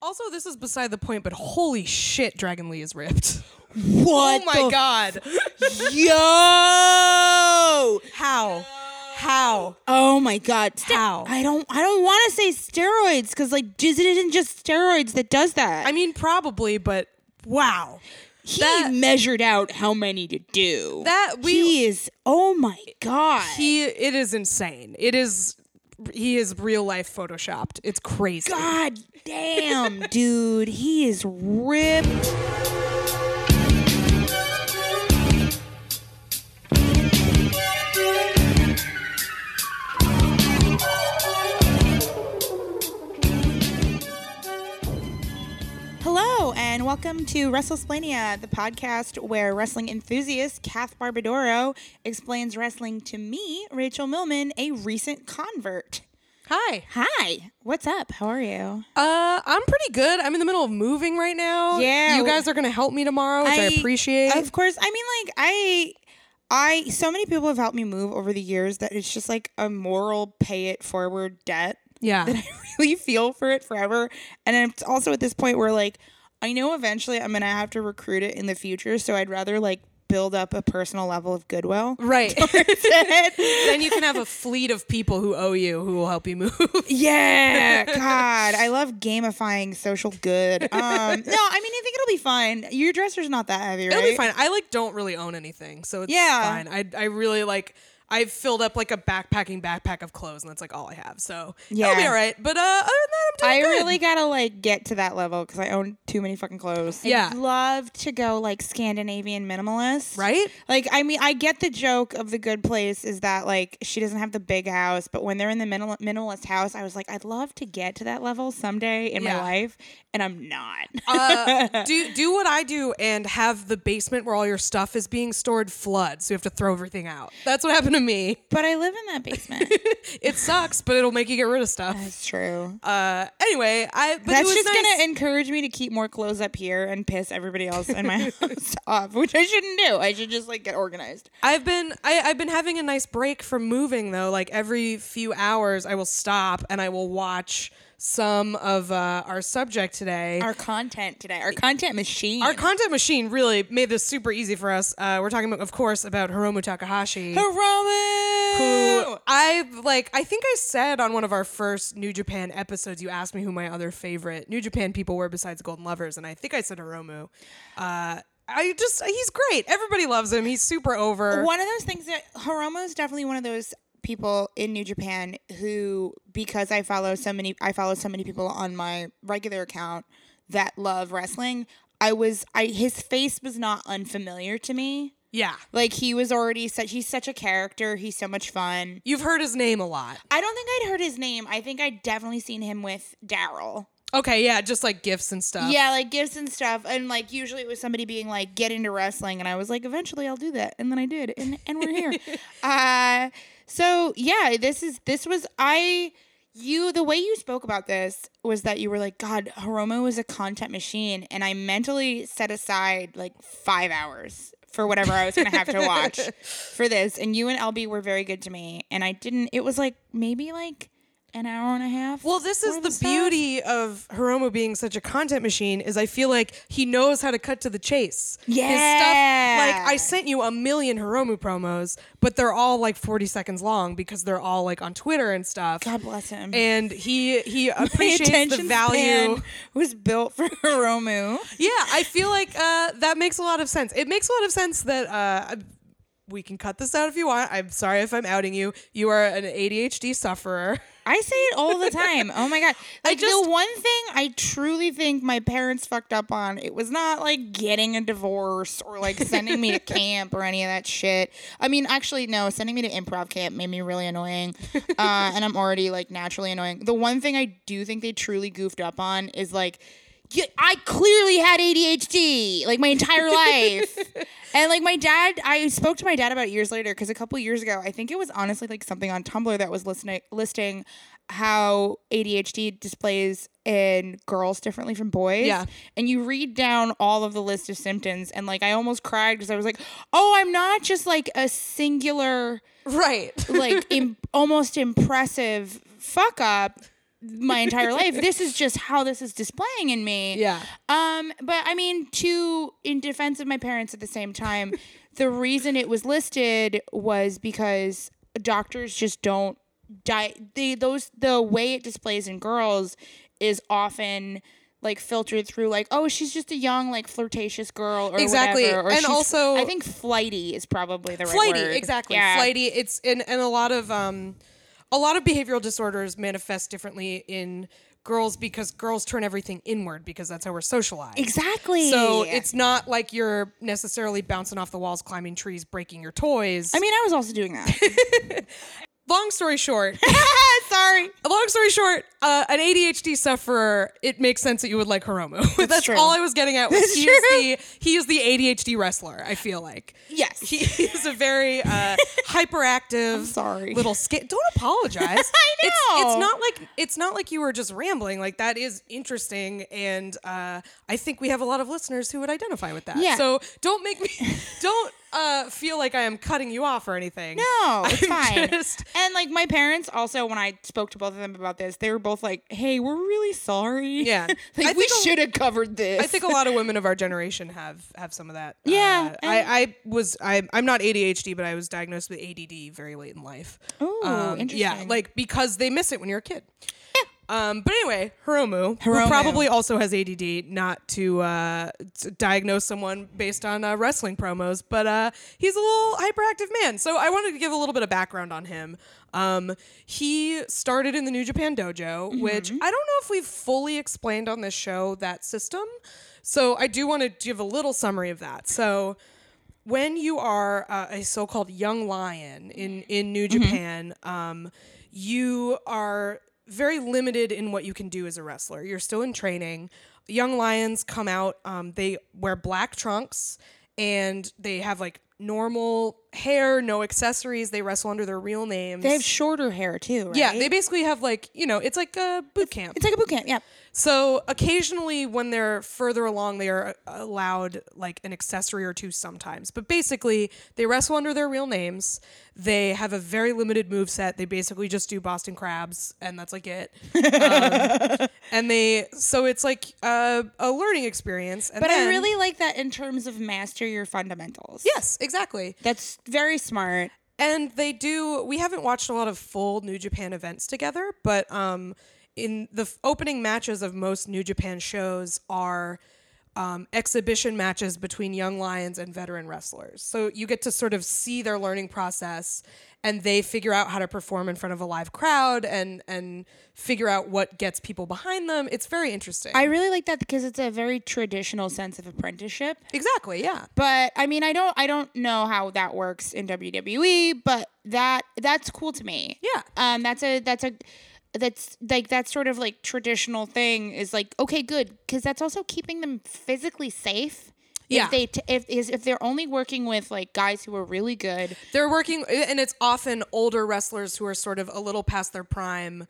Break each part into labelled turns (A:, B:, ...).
A: Also, this is beside the point, but holy shit, Dragon Lee is ripped.
B: What?
A: oh my
B: the
A: god.
B: f- Yo!
C: How? How?
B: Oh my god!
C: How?
B: I don't. I don't want to say steroids because like it isn't just steroids that does that.
A: I mean, probably, but wow.
B: he
A: that-
B: measured out how many to do.
A: That we
B: he is. Oh my god!
A: he it is insane. It is he is real life photoshopped. It's crazy.
B: god damn, dude, he is ripped. Hello, and welcome to WrestleSplania, the podcast where wrestling enthusiast Kath Barbadoro explains wrestling to me, Rachel Millman, a recent convert.
A: Hi.
B: Hi, what's up? How are you?
A: Uh I'm pretty good. I'm in the middle of moving right now.
B: Yeah.
A: You guys are gonna help me tomorrow, which I, appreciate.
B: Of course. I mean, like, I, I, so many people have helped me move over the years that it's just like a moral pay it forward debt.
A: Yeah.
B: That I really feel for it forever. And it's also at this point where, like, I know eventually I'm going to have to recruit it in the future. So I'd rather, like, build up a personal level of goodwill.
A: right.
B: Right.
A: then you can have a fleet of people who owe you who will help you move.
B: Yeah, God, I love gamifying social good. Um, no, I mean I think it'll be fine. Your dresser's not that heavy, right?
A: It'll be fine. I like don't really own anything, so it's
B: Yeah.
A: fine. I I really like I've filled up like a backpacking backpack of clothes, and that's like all I have. So yeah, it'll be
B: Yeah.
A: all right. But uh, other than that, I'm
B: I
A: doing good.
B: really gotta like get to that level because I own too many fucking clothes.
A: Yeah.
B: I'd love to go like Scandinavian minimalist.
A: right.
B: Like, I mean, I get the joke of the good place is that like she doesn't have the big house, but when they're in the minimal- minimalist house, I was like, I'd love to get to that level someday in
A: Yeah.
B: my life, and I'm not.
A: Uh, do do what I do and have the basement where all your stuff is being stored flood, so you have to throw everything out. That's what happened to me.
B: but I live in that basement.
A: It sucks, but it'll make you get rid of stuff.
B: That's true.
A: Uh, anyway, I but it
B: That's
A: was
B: just
A: nice.
B: gonna encourage me to keep more clothes up here and piss everybody else in my house off, which I shouldn't do. I should just like get organized.
A: I've been I, I've been having a nice break from moving though. Like every few hours, I will stop and I will watch some of uh, our subject today. Our-
B: Our content today, our content machine.
A: content machine really made this super easy for us. Uh, we're talking, about, of course, about Hiromu Takahashi,
B: Hiromu!
A: who I like. I think I said on one of our first New Japan episodes, you asked me who my other favorite New Japan people were besides Golden Lovers, and I think I said Hiromu. Uh, I just he's great. Everybody loves him. He's super over.
B: One of those things that Hiromu is definitely one of those people in New Japan who, because I follow so many, I follow so many people on my regular account that love wrestling. I was, I his face was not unfamiliar to me.
A: Yeah,
B: Like he was already such, he's such a character. He's so much fun.
A: you've heard his name a lot.
B: I don't think I'd heard his name. I think I'd definitely seen him with Daryl.
A: Okay, yeah, just like gifts and stuff.
B: Yeah, like gifts and stuff. And like usually it was somebody being like, get into wrestling. And I was like, eventually I'll do that. And then I did. And, and we're here. uh, so yeah, this is, this was, I, you, the way you spoke about this was that you were like, God, Hiromu is a content machine. And I mentally set aside like five hours for whatever I was going to have to watch for this. And you and LB were very good to me. And I didn't, it was like maybe like an hour and a half.
A: Well, this is
B: worth
A: the
B: of stuff.
A: beauty of Hiromu being such a content machine is I feel like he knows how to cut to the chase. His stuff-
B: Yeah.
A: like I sent you a million Hiromu promos, but they're all like 40 seconds long because they're all like on Twitter and stuff.
B: God bless him.
A: And he he
B: My
A: appreciates the
B: attention
A: value.
B: span was built for Hiromu.
A: Yeah, I feel like uh, that makes a lot of sense. It makes a lot of sense that uh, we can cut this out if you want. I'm sorry if I'm outing you. You are an ADHD sufferer.
B: I say it all the time. Oh my god! Like
A: just-
B: the one thing I truly think my parents fucked up on. It was not like getting a divorce or like sending me to camp or any of that shit. I mean, actually, no. Sending me to improv camp made me really annoying, uh, and I'm already like naturally annoying. The one thing I do think they truly goofed up on is like. "Yeah, I clearly had ADHD like my entire life. and like my dad, I spoke to my dad about it years later because a couple years ago, I think it was honestly like something on Tumblr that was listening, listing how ADHD displays in girls differently from boys.
A: Yeah.
B: And you read down all of the list of symptoms. And like I almost cried because I was like, oh, I'm not just like a singular
A: Right.
B: like Im- almost impressive fuck up. my entire life. This is just how this is displaying in me.
A: Yeah.
B: Um, but I mean, to in defense of my parents at the same time, the reason it was listed was because doctors just don't die they those the way it displays in girls is often like filtered through like oh she's just a young like flirtatious girl or
A: Exactly.
B: whatever, or
A: And
B: she's-
A: also-
B: I think flighty is probably the right
A: flighty
B: word.
A: exactly
B: Yeah.
A: flighty it's and, and a lot of um a lot of behavioral disorders manifest differently in girls because girls turn everything inward because that's how we're socialized
B: exactly
A: so it's not like you're necessarily bouncing off the walls climbing trees breaking your toys
B: I mean I was also doing that
A: long story short
B: sorry
A: long story short uh, an adhd sufferer it makes sense that you would like Hiromu. that's,
B: true.
A: all i was getting at was
B: That's
A: he is, the, he is the adhd wrestler i feel like
B: yes
A: he is a very uh, hyperactive
B: sorry.
A: little skit don't apologize i it's,
B: know.
A: it's not like it's not like you were just rambling like that is interesting and uh, i think we have a lot of listeners who would identify with that
B: Yeah.
A: so don't make me don't uh, feel like i am cutting you off or anything
B: No, it's
A: I'm
B: fine.
A: just-
B: and like my parents also, when I spoke to both of them about this, they were both like, "Hey, we're really sorry.
A: Yeah.
B: like
A: I
B: we
A: think a-
B: should have covered this."
A: I think a lot of women of our generation have have some of that.
B: Yeah,
A: Uh, I, I was I I'm not ADHD, but I was diagnosed with ADD very late in life. Um,
B: Ooh,
A: Yeah,
B: Oh, interesting.
A: like because they miss it when you're a kid. Um, but anyway, Hiromu, who
B: Hiromu.
A: probably also has ADD, not to, uh, to diagnose someone based on uh, wrestling promos, but uh, he's a little hyperactive man. So I wanted to give a little bit of background on him. Um, he started in the New Japan Dojo, which I don't know if we've fully explained on this show that system. So I do want to give a little summary of that. So when you are uh, a so-called young lion in in New
B: Mm-hmm.
A: Japan, um, you are very limited in what you can do as a wrestler. You're still in training. Young lions come out. Um, they wear black trunks and they have like normal hair, no accessories. They wrestle under their real names.
B: they have shorter hair too. Right?
A: yeah, they basically have like you know, it's like a boot camp.
B: it's like a boot camp. Yeah,
A: So occasionally, when they're further along, they are uh, allowed like an accessory or two sometimes. But basically, they wrestle under their real names. They have a very limited move set. They basically just do Boston crabs, and that's like it. Um, and they so it's like uh, a learning experience. And
B: but
A: then-
B: I really like that in terms of master your fundamentals.
A: yes, exactly.
B: that's very smart.
A: And they do. We haven't watched a lot of full New Japan events together, but um, in the f- opening matches of most New Japan shows are um, exhibition matches between young lions and veteran wrestlers. So you get to sort of see their learning process, and they figure out how to perform in front of a live crowd and and figure out what gets people behind them. It's very interesting.
B: I really like that because it's a very traditional sense of apprenticeship.
A: exactly, yeah.
B: But I mean, I don't, I don't know how that works in WWE, but that that's cool to me.
A: Yeah.
B: Um, that's a that's a that's like that sort of like traditional thing is like okay, good, because that's also keeping them physically safe.
A: Yeah.
B: If they t- if is if they're only working with like guys who are really good,
A: They're working, and it's often older wrestlers who are sort of a little past their prime,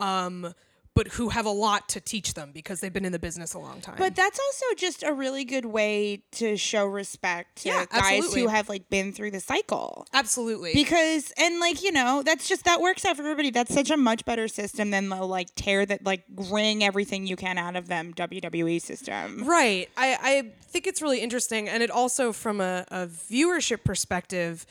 A: um, but who have a lot to teach them because they've been in the business a long time.
B: But that's also just a really good way to show respect to
A: Yeah,
B: guys who
A: absolutely.
B: have like been through the cycle.
A: absolutely,
B: Because and like you know that's just that works out for everybody. That's such a much better system than the like tear that like wring everything you can out of them WWE system.
A: right. I, I think it's really interesting, and it also, from a, a viewership perspective,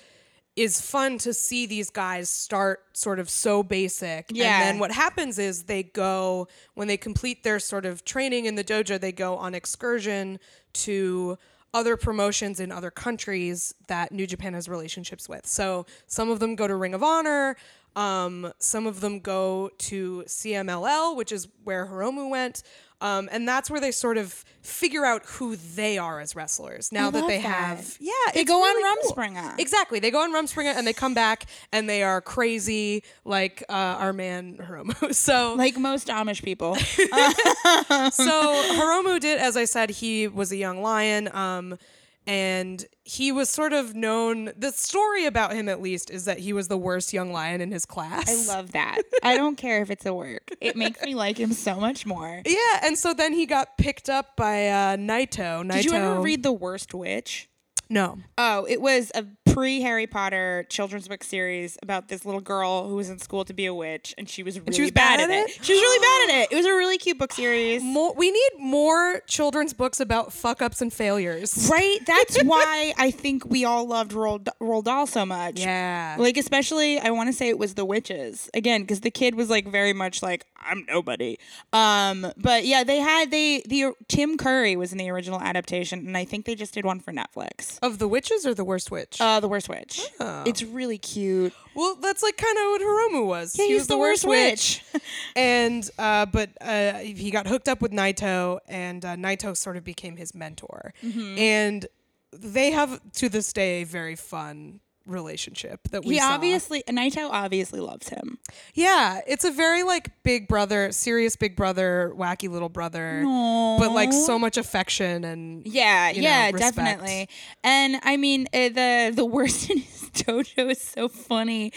A: is fun to see these guys start sort of so basic.
B: Yeah.
A: And then what happens is they go when they complete their sort of training in the dojo, they go on excursion to other promotions in other countries that New Japan has relationships with. So some of them go to Ring of Honor, um, some of them go to CMLL, which is where Hiromu went. Um, and that's where they sort of figure out who they are as wrestlers now that
B: love
A: they
B: that.
A: have. Yeah,
B: They
A: it's
B: go on
A: cool.
B: Rumspringa.
A: Exactly. They go on Rumspringa and they come back and they are crazy like uh, our man Hiromu. So
B: Like most Amish people.
A: so Hiromu did, as I said, he was a young lion. Um, and he was sort of known. The story about him, at least, is that he was the worst young lion in his class.
B: I love that. I don't care if it's a work. It makes me like him so much more.
A: Yeah, and so then he got picked up by uh, Naito. Naito.
B: Did you ever read The Worst Witch?
A: No.
B: Oh, it was a pre Harry Potter children's book series about this little girl who was in school to be a witch, and she was really
A: was
B: bad, at it. She was really bad at it. It was a really cute book series.
A: More, we need more children's books about fuck ups and failures.
B: Right? That's why I think we all loved Roald, Roald Dahl so much.
A: Yeah.
B: Like, especially, I want to say it was The Witches. Again, because the kid was like very much like, I'm nobody. Um, but yeah, they had, they, the Tim Curry was in the original adaptation, and I think they just did one for Netflix.
A: Of the witches or the worst witch?
B: Uh, The Worst Witch.
A: Oh.
B: It's really cute.
A: well, that's like kind of what Hiromu was.
B: Yeah,
A: he
B: he's
A: was the,
B: the
A: worst,
B: worst
A: witch. and uh, but uh, he got hooked up with Naito, and uh, Naito sort of became his mentor.
B: Mm-hmm.
A: And they have to this day a very fun relationship that we
B: he
A: saw.
B: obviously, Naito obviously loves him.
A: Yeah, it's a very like big brother, serious big brother, wacky little brother, but like so much affection and
B: Yeah,
A: you know,
B: yeah,
A: respect.
B: definitely. And I mean, uh, the the worst in his dojo is so funny,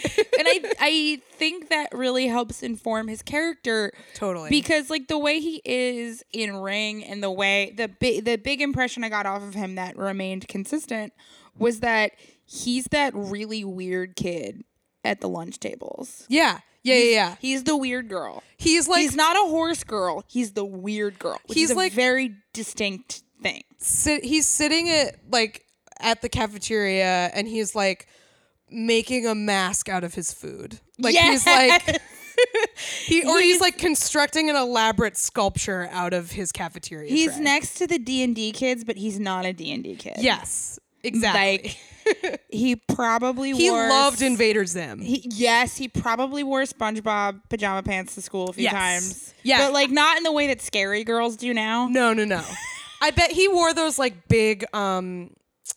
B: and I I think that really helps inform his character
A: Totally.
B: because like the way he is in Ring and the way the big the big impression I got off of him that remained consistent was that he's that really weird kid at the lunch tables.
A: yeah, yeah, yeah, yeah.
B: He's the weird girl.
A: He's like
B: he's not a horse girl. He's the weird girl. Which
A: He's
B: is a
A: like-
B: very distinct thing.
A: sit, he's sitting at like at the cafeteria and he's like making a mask out of his food. Like he's like he or he's like constructing an elaborate sculpture out of his cafeteria.
B: He's
A: tray.
B: next to the D and D kids, but he's not a D and D kid.
A: Yes, exactly.
B: like he probably
A: he
B: wore
A: loved Invader Zim.
B: He, yes, he probably wore SpongeBob pajama pants to school a few
A: Yes.
B: times.
A: Yeah.
B: but like not in the way that scary girls do now.
A: No, no, no. I bet he wore those like big, um,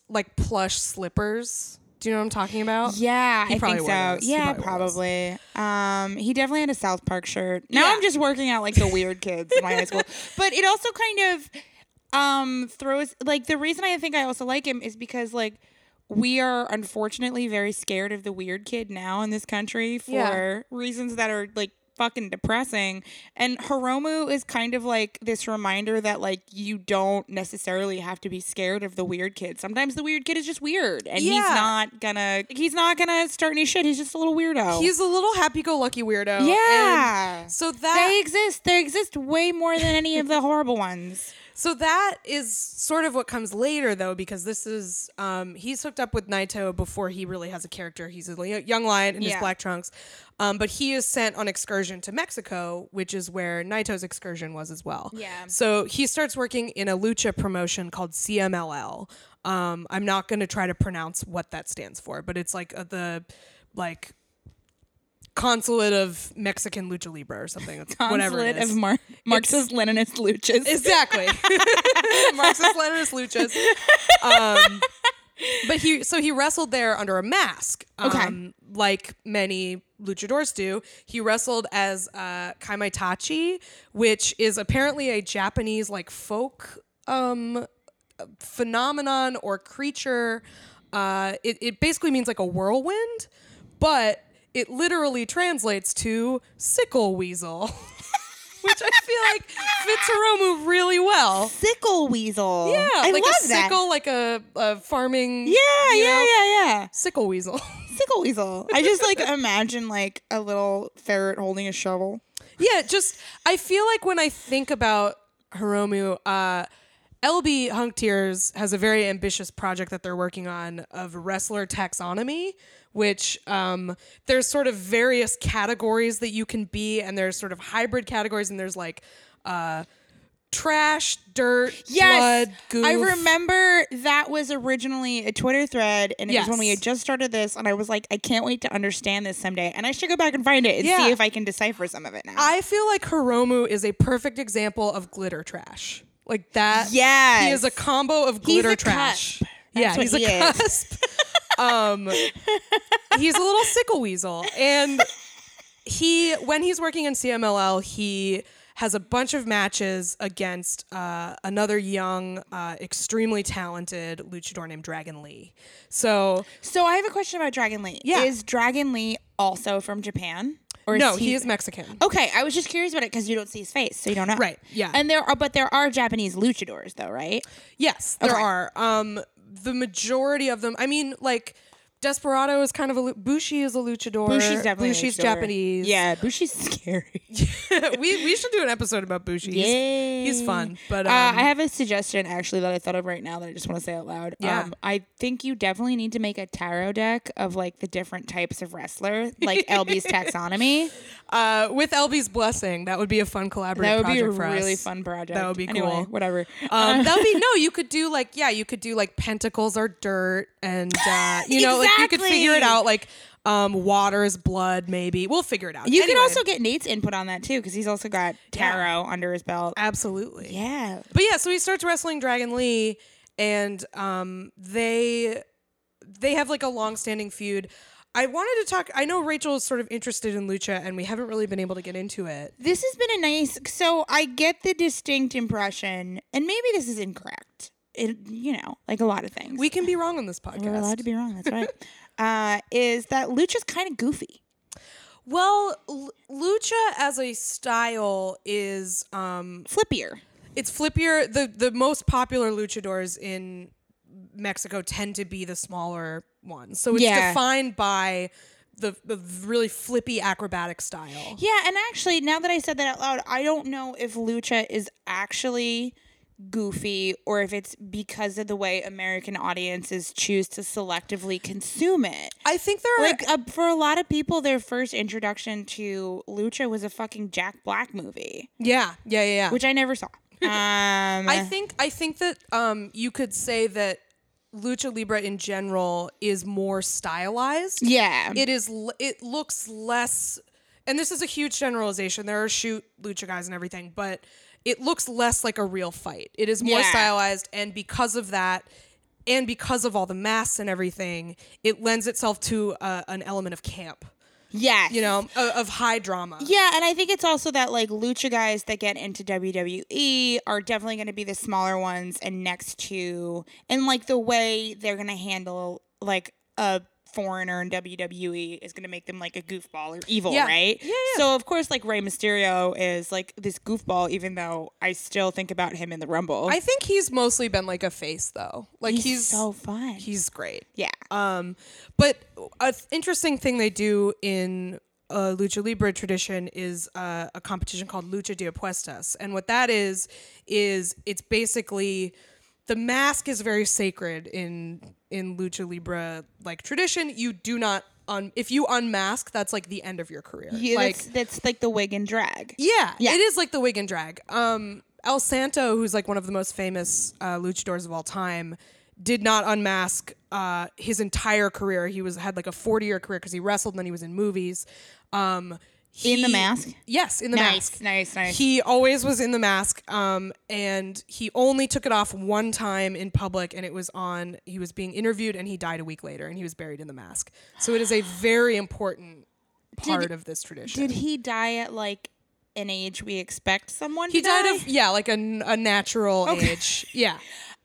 A: like plush slippers. Do you know what I'm talking about?
B: Yeah, I
A: probably
B: think
A: wore
B: so.
A: those. He
B: Yeah,
A: probably
B: probably. Um, he definitely had a South Park shirt. Now I'm just working out like the weird kids in my high school. But it also kind of um throws like the reason I think I also like him is because like we are unfortunately very scared of the weird kid now in this country for
A: Yeah.
B: reasons that are like fucking depressing. And Hiromu is kind of like this reminder that like you don't necessarily have to be scared of the weird kid. Sometimes the weird kid is just weird and he's
A: Yeah.
B: not gonna he's not gonna start any shit. He's just a little weirdo.
A: He's a little happy-go-lucky weirdo.
B: Yeah.
A: and so that
B: they exist. They exist way more than any of the horrible ones.
A: So that is sort of what comes later, though, because this is um, he's hooked up with Naito before he really has a character. He's a li- young lion in his
B: Yeah.
A: black trunks, um, but he is sent on excursion to Mexico, which is where Naito's excursion was as well.
B: Yeah.
A: So he starts working in a lucha promotion called CMLL. Um, I'm not going to try to pronounce what that stands for, but it's like uh, the like consulate of Mexican lucha libre or something. It's- whatever it
B: Consulate
A: is.
B: of Mar- Marxist Leninist luchas.
A: Exactly. Marxist Leninist Luchas. Um, but he so he wrestled there under a mask. Um,
B: Okay.
A: Like many luchadors do. He wrestled as uh, Kamaitachi, which is apparently a Japanese like folk um, phenomenon or creature. Uh, it, it basically means like a whirlwind, but it literally translates to sickle weasel, which I feel like fits Hiromu really well.
B: sickle weasel.
A: Yeah,
B: I
A: like
B: love
A: a
B: that.
A: sickle, like a, a farming.
B: Yeah,
A: you
B: yeah,
A: know,
B: yeah, yeah.
A: Sickle weasel.
B: Sickle weasel. I just like imagine like a little ferret holding a shovel.
A: yeah, just I feel like when I think about Hiromu, uh, LB Hunk Tears has a very ambitious project that they're working on of wrestler taxonomy, which um, there's sort of various categories that you can be, and there's sort of hybrid categories, and there's like uh, trash, dirt, blood, goof.
B: I remember that was originally a Twitter thread, and it was when we
A: Yes.
B: had just started this, and I was like, I can't wait to understand this someday, and I should go back and find it and
A: Yeah.
B: see if I can decipher some of it now.
A: I feel like Hiromu is a perfect example of glitter trash. Like that.
B: Yes.
A: He is a combo of
B: He's
A: glitter
B: a
A: trash.
B: cusp.
A: Yeah,
B: That's what
A: he's a
B: he is.
A: cusp. um, he's a little sickle weasel. And he, when he's working in CMLL, he has a bunch of matches against uh, another young, uh, extremely talented luchador named Dragon Lee. So,
B: so I have a question about Dragon Lee.
A: Yeah.
B: is Dragon Lee also from Japan? Or Oh.
A: no, he is Mexican.
B: Okay, I was just curious about it because you don't see his face, so you don't know.
A: Right, yeah.
B: And there are, but there are Japanese luchadors, though, right?
A: Yes, there
B: Okay.
A: are. Um, the majority of them. I mean, like Desperado is kind of a lu- Bushi is a luchador.
B: Bushi's definitely a
A: Bushi's
B: luchador.
A: Japanese.
B: Yeah, Bushi's scary.
A: we we should do an episode about Bushi. He's-
B: Yay.
A: He's, fun, but um,
B: Uh, I have a suggestion actually that I thought of right now that I just want to say out loud.
A: Yeah.
B: Um, I think you definitely need to make a tarot deck of like the different types of wrestler, like LB's taxonomy.
A: uh, with LB's blessing, that would be a fun collaborative.
B: That would be a
A: project for us.
B: really fun project.
A: That would be
B: Anyway,
A: cool.
B: Whatever.
A: Um, that'll be no. You could do like yeah, you could do like pentacles are dirt, and uh, you know like you could figure it
B: Exactly.
A: out. Like um, water is blood, maybe we'll figure it out.
B: you can
A: Anyway,
B: also get Nate's input on that too because he's also got tarot under his belt.
A: absolutely
B: yeah.
A: But Uh, yeah, so he starts wrestling Dragon Lee, and um, they they have like a long-standing feud. I wanted to talk. I know Rachel is sort of interested in lucha, and we haven't really been able to get into it.
B: This has been a nice. So I get the distinct impression, and maybe this is incorrect. It, you know, like a lot of things.
A: We can be wrong on this
B: We're
A: podcast.
B: allowed to be wrong. That's right. uh, is that Lucha's kind of goofy?
A: well, l- lucha as a style is um,
B: flippier.
A: it's flippier. The the most popular luchadors in Mexico tend to be the smaller ones, so it's
B: Yeah.
A: defined by the, the really flippy acrobatic style.
B: Yeah, and actually, now that I said that out loud, I don't know if Lucha is actually goofy or if it's because of the way American audiences choose to selectively consume it.
A: I think there are
B: Like uh, for a lot of people, their first introduction to Lucha was a fucking Jack Black movie,
A: Yeah, yeah, yeah. yeah.
B: which I never saw. Um,
A: I think I think that um, you could say that lucha libre in general is more stylized.
B: yeah,
A: It is. l- It looks less. And this is a huge generalization. There are shoot lucha guys and everything, but it looks less like a real fight. It is more
B: Yeah.
A: stylized, and because of that, and because of all the masks and everything, it lends itself to uh, an element of camp.
B: yeah,
A: You know, of, of high drama.
B: Yeah, and I think it's also that like lucha guys that get into WWE are definitely going to be the smaller ones and next to and like the way they're going to handle like a foreigner in WWE is going to make them like a goofball or evil,
A: Yeah.
B: right?
A: Yeah,
B: So of course like Rey Mysterio is like this goofball even though I still think about him in the Rumble.
A: I think he's mostly been like a face though. Like
B: he's,
A: he's,
B: so fun.
A: he's great.
B: yeah.
A: Um, but an interesting thing they do in uh, Lucha Libre tradition is uh, a competition called Lucha de Apuestas. And what that is, is it's basically the mask is very sacred in in Lucha Libre like tradition. You do not un- if you unmask, that's like the end of your career.
B: yeah
A: like
B: that's, that's like the wig and drag.
A: yeah,
B: Yeah.
A: it is like the wig and drag. Um, El Santo, who's like one of the most famous uh, luchadors of all time, did not unmask uh, his entire career. He was had like a forty year career because he wrestled and then he was in movies. Um,
B: In the
A: he-
B: mask?
A: Yes, in the
B: Nice,
A: mask.
B: nice, nice.
A: He always was in the mask, um, and he only took it off one time in public, and it was on. He was being interviewed, and he died a week later, and he was buried in the mask. So it is a very important part of this tradition.
B: Did he die at like an age we expect someone
A: He
B: to die?
A: died of yeah, like a, n- a natural age. Yeah,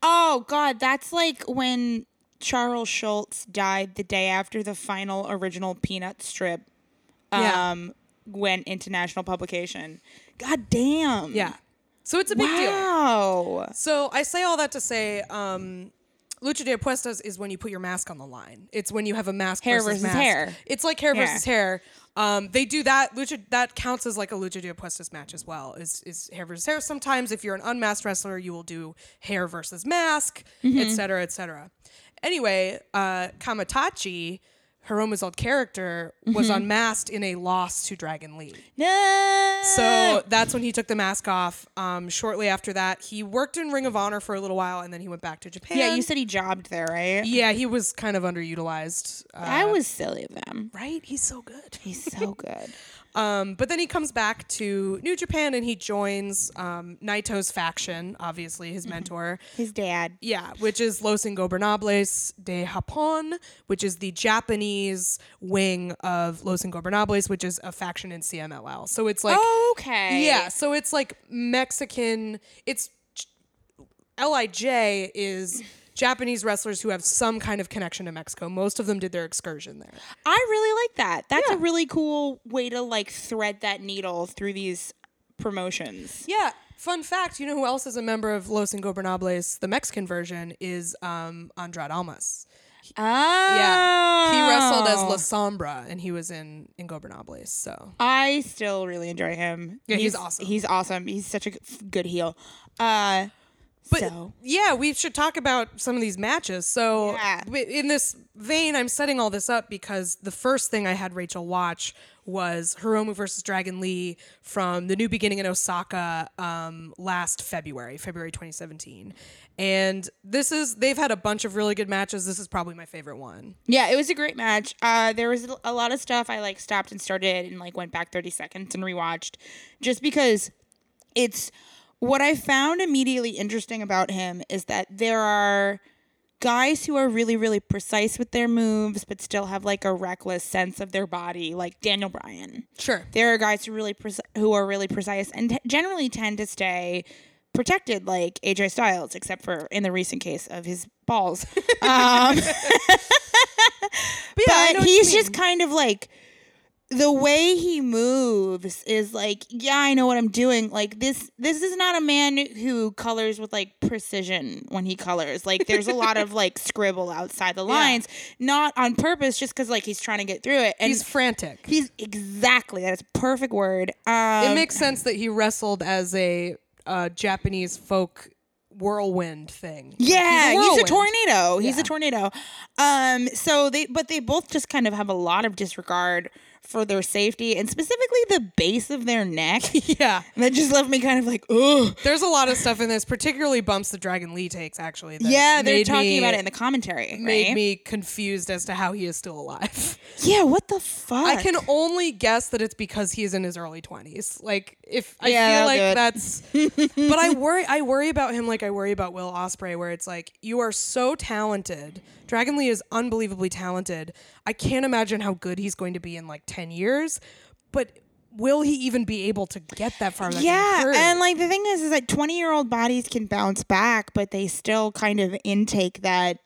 B: Oh God, that's like when Charles Schultz died the day after the final original Peanut strip
A: Yeah.
B: um, went into national publication. God damn.
A: yeah. So it's a big deal.
B: Wow.
A: So I say all that to say, um, lucha de apuestas is when you put your mask on the line. It's when you have a mask
B: Hair
A: versus,
B: versus
A: mask.
B: hair.
A: It's like hair
B: Yeah.
A: versus hair. Um, they do that. Lucha that counts as like a lucha de apuestas match as well. Is is hair versus hair? Sometimes if you're an unmasked wrestler, you will do hair versus mask, et cetera, et cetera. Anyway, uh, Kamatachi. Hiromu's old character was unmasked in a loss to Dragon Lee.
B: No.
A: So that's when he took the mask off. Um, shortly after that, he worked in Ring of Honor for a little while, and then he went back to Japan.
B: yeah, you said he jobbed there, right?
A: Yeah, he was kind of underutilized. Uh,
B: That was silly of them.
A: right? He's so good.
B: He's so good.
A: Um, but then he comes back to New Japan and he joins um, Naito's faction, obviously his mentor.
B: His dad.
A: Yeah, which is Los Ingobernables de Japón, which is the Japanese wing of Los Ingobernables, which is a faction in CMLL. So it's like
B: okay.
A: Yeah, so it's like Mexican. It's Lij is Japanese wrestlers who have some kind of connection to Mexico. Most of them did their excursion there.
B: I really like that. That's a really cool way to like thread that needle through these promotions.
A: Yeah. Fun fact: You know who else is a member of Los Ingobernables? The Mexican version is um, Andrade Almas.
B: Oh.
A: Yeah. He wrestled as La Sombra and he was in Ingobernables. So
B: I still really enjoy him.
A: Yeah, he's awesome.
B: He's awesome. He's such a g- f- good heel. Uh,
A: But
B: so
A: yeah, we should talk about some of these matches. So
B: Yeah.
A: w- in this vein, I'm setting all this up because the first thing I had Rachel watch was Hiromu versus Dragon Lee from the New Beginning in Osaka um, last February, February 2017. And this is they've had a bunch of really good matches. This is probably my favorite one.
B: yeah, it was a great match. Uh, there was a lot of stuff I like stopped and started and like went back thirty seconds and rewatched, just because it's what I found immediately interesting about him is that there are guys who are really really precise with their moves but still have like a reckless sense of their body, like Daniel Bryan.
A: Sure.
B: there are guys who really preci- who are really precise and t- generally tend to stay protected like AJ Styles except for in the recent case of his balls um,
A: yeah, I know
B: but
A: what you
B: he's
A: mean.
B: just kind of like the way he moves is like yeah I know what I'm doing like this this is not a man who colors with like precision when he colors like there's a lot of like scribble outside the lines not on purpose just cuz like he's trying to get through it and
A: He's frantic.
B: He's exactly that is a perfect word. Um,
A: it makes sense that he wrestled as a uh, Japanese folk whirlwind thing.
B: yeah,
A: Like,
B: he's a,
A: whirlwind.
B: tornado. He's a tornado. Um, so they but they both just kind of have a lot of disregard for their safety and specifically the base of their neck.
A: Yeah.
B: And that just left me kind of like, ugh.
A: There's a lot of stuff in this, particularly bumps the Dragon Lee takes. Actually, that
B: Yeah, they're
A: made
B: talking
A: me-
B: about it in the commentary,
A: Made
B: right?
A: me confused as to how he is still alive.
B: yeah, what the fuck?
A: I can only guess that it's because he is in his early twenties. Like if I
B: Yeah,
A: feel
B: that'll
A: like
B: do it.
A: that's, but I worry. I worry about him like I worry about Will Osprey, where it's like you are so talented. Dragon Lee is unbelievably talented. I can't imagine how good he's going to be in like ten years, but. Will he even be able to get that far? That
B: yeah,
A: career?
B: and like the thing is, is that twenty-year-old bodies can bounce back, but they still kind of intake that